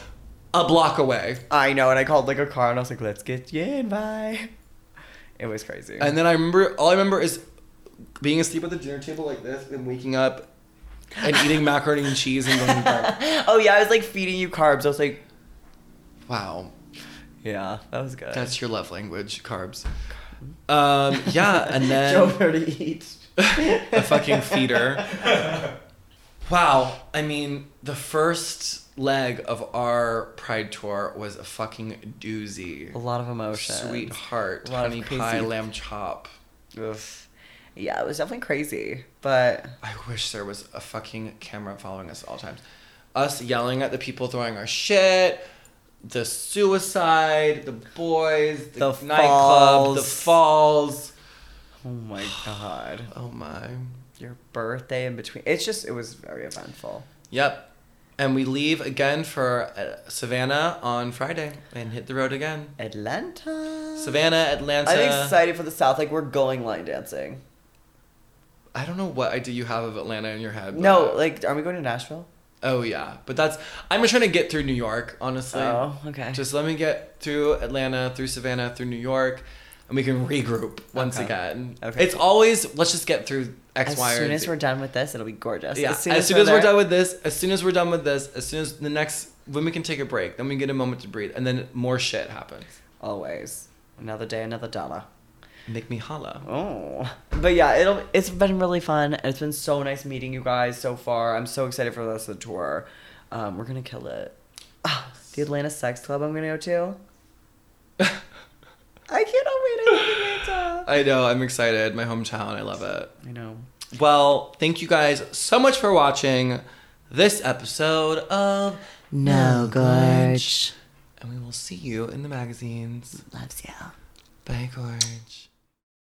A: a block away.
B: I know. And I called like a car, and I was like, "Let's get in, bye." It was crazy.
A: And then I remember, all I remember is being asleep at the dinner table like this and waking up and eating macaroni and cheese and going to bed.
B: oh yeah, I was like feeding you carbs. I was like,
A: Wow,
B: "Yeah, that was good."
A: that's your love language, carbs. Um, yeah, and then
B: Show her to eat.
A: a fucking feeder. Wow. I mean, the first leg of our Pride tour was a fucking doozy.
B: A lot of emotion.
A: Sweetheart,
B: A lot of
A: honey
B: crazy-
A: pie, lamb chop.
B: Oof. Yeah, it was definitely crazy, but
A: I wish there was a fucking camera following us at all times. Us yelling at the people throwing our shit, the suicide, the boys, the,
B: The
A: nightclub, the
B: falls.
A: falls.
B: oh my god,
A: Oh my.
B: your birthday in between. It's just it was very eventful.
A: Yep. And we leave again for uh, Savannah on Friday and hit the road again.
B: Atlanta.
A: Savannah, Atlanta.
B: I'm excited for the South. Like we're going line dancing.
A: I don't know what idea you have of Atlanta in your head. but-
B: No, like are we going to Nashville?
A: Oh yeah, but that's. I'm just trying to get through New York, honestly.
B: oh, okay.
A: Just let me get through Atlanta, through Savannah, through New York, and we can regroup once
B: Okay.
A: again.
B: Okay.
A: It's always let's just get through X,
B: as
A: Y, or
B: soon as
A: Z.
B: we're done with this, it'll be gorgeous.
A: Yeah. As soon as, we're,
B: there-
A: done with this, as soon as we're done with this, as soon as the next when we can take a break, then we get a moment to breathe, and then more shit happens.
B: always another day, another dollar.
A: Make me holla.
B: Oh, but yeah, it'll. It's been really fun. and It's been so nice meeting you guys so far. I'm so excited for the rest of the tour. Um, we're gonna kill it. Ah, the Atlanta Sex Club. I'm gonna go to. I cannot wait. I
A: I know, I'm excited. My hometown, I love it.
B: I know.
A: Well, thank you guys so much for watching this episode of
B: No, Gorge.
A: And we will see you in the magazines.
B: Loves you.
A: Bye, Gorge.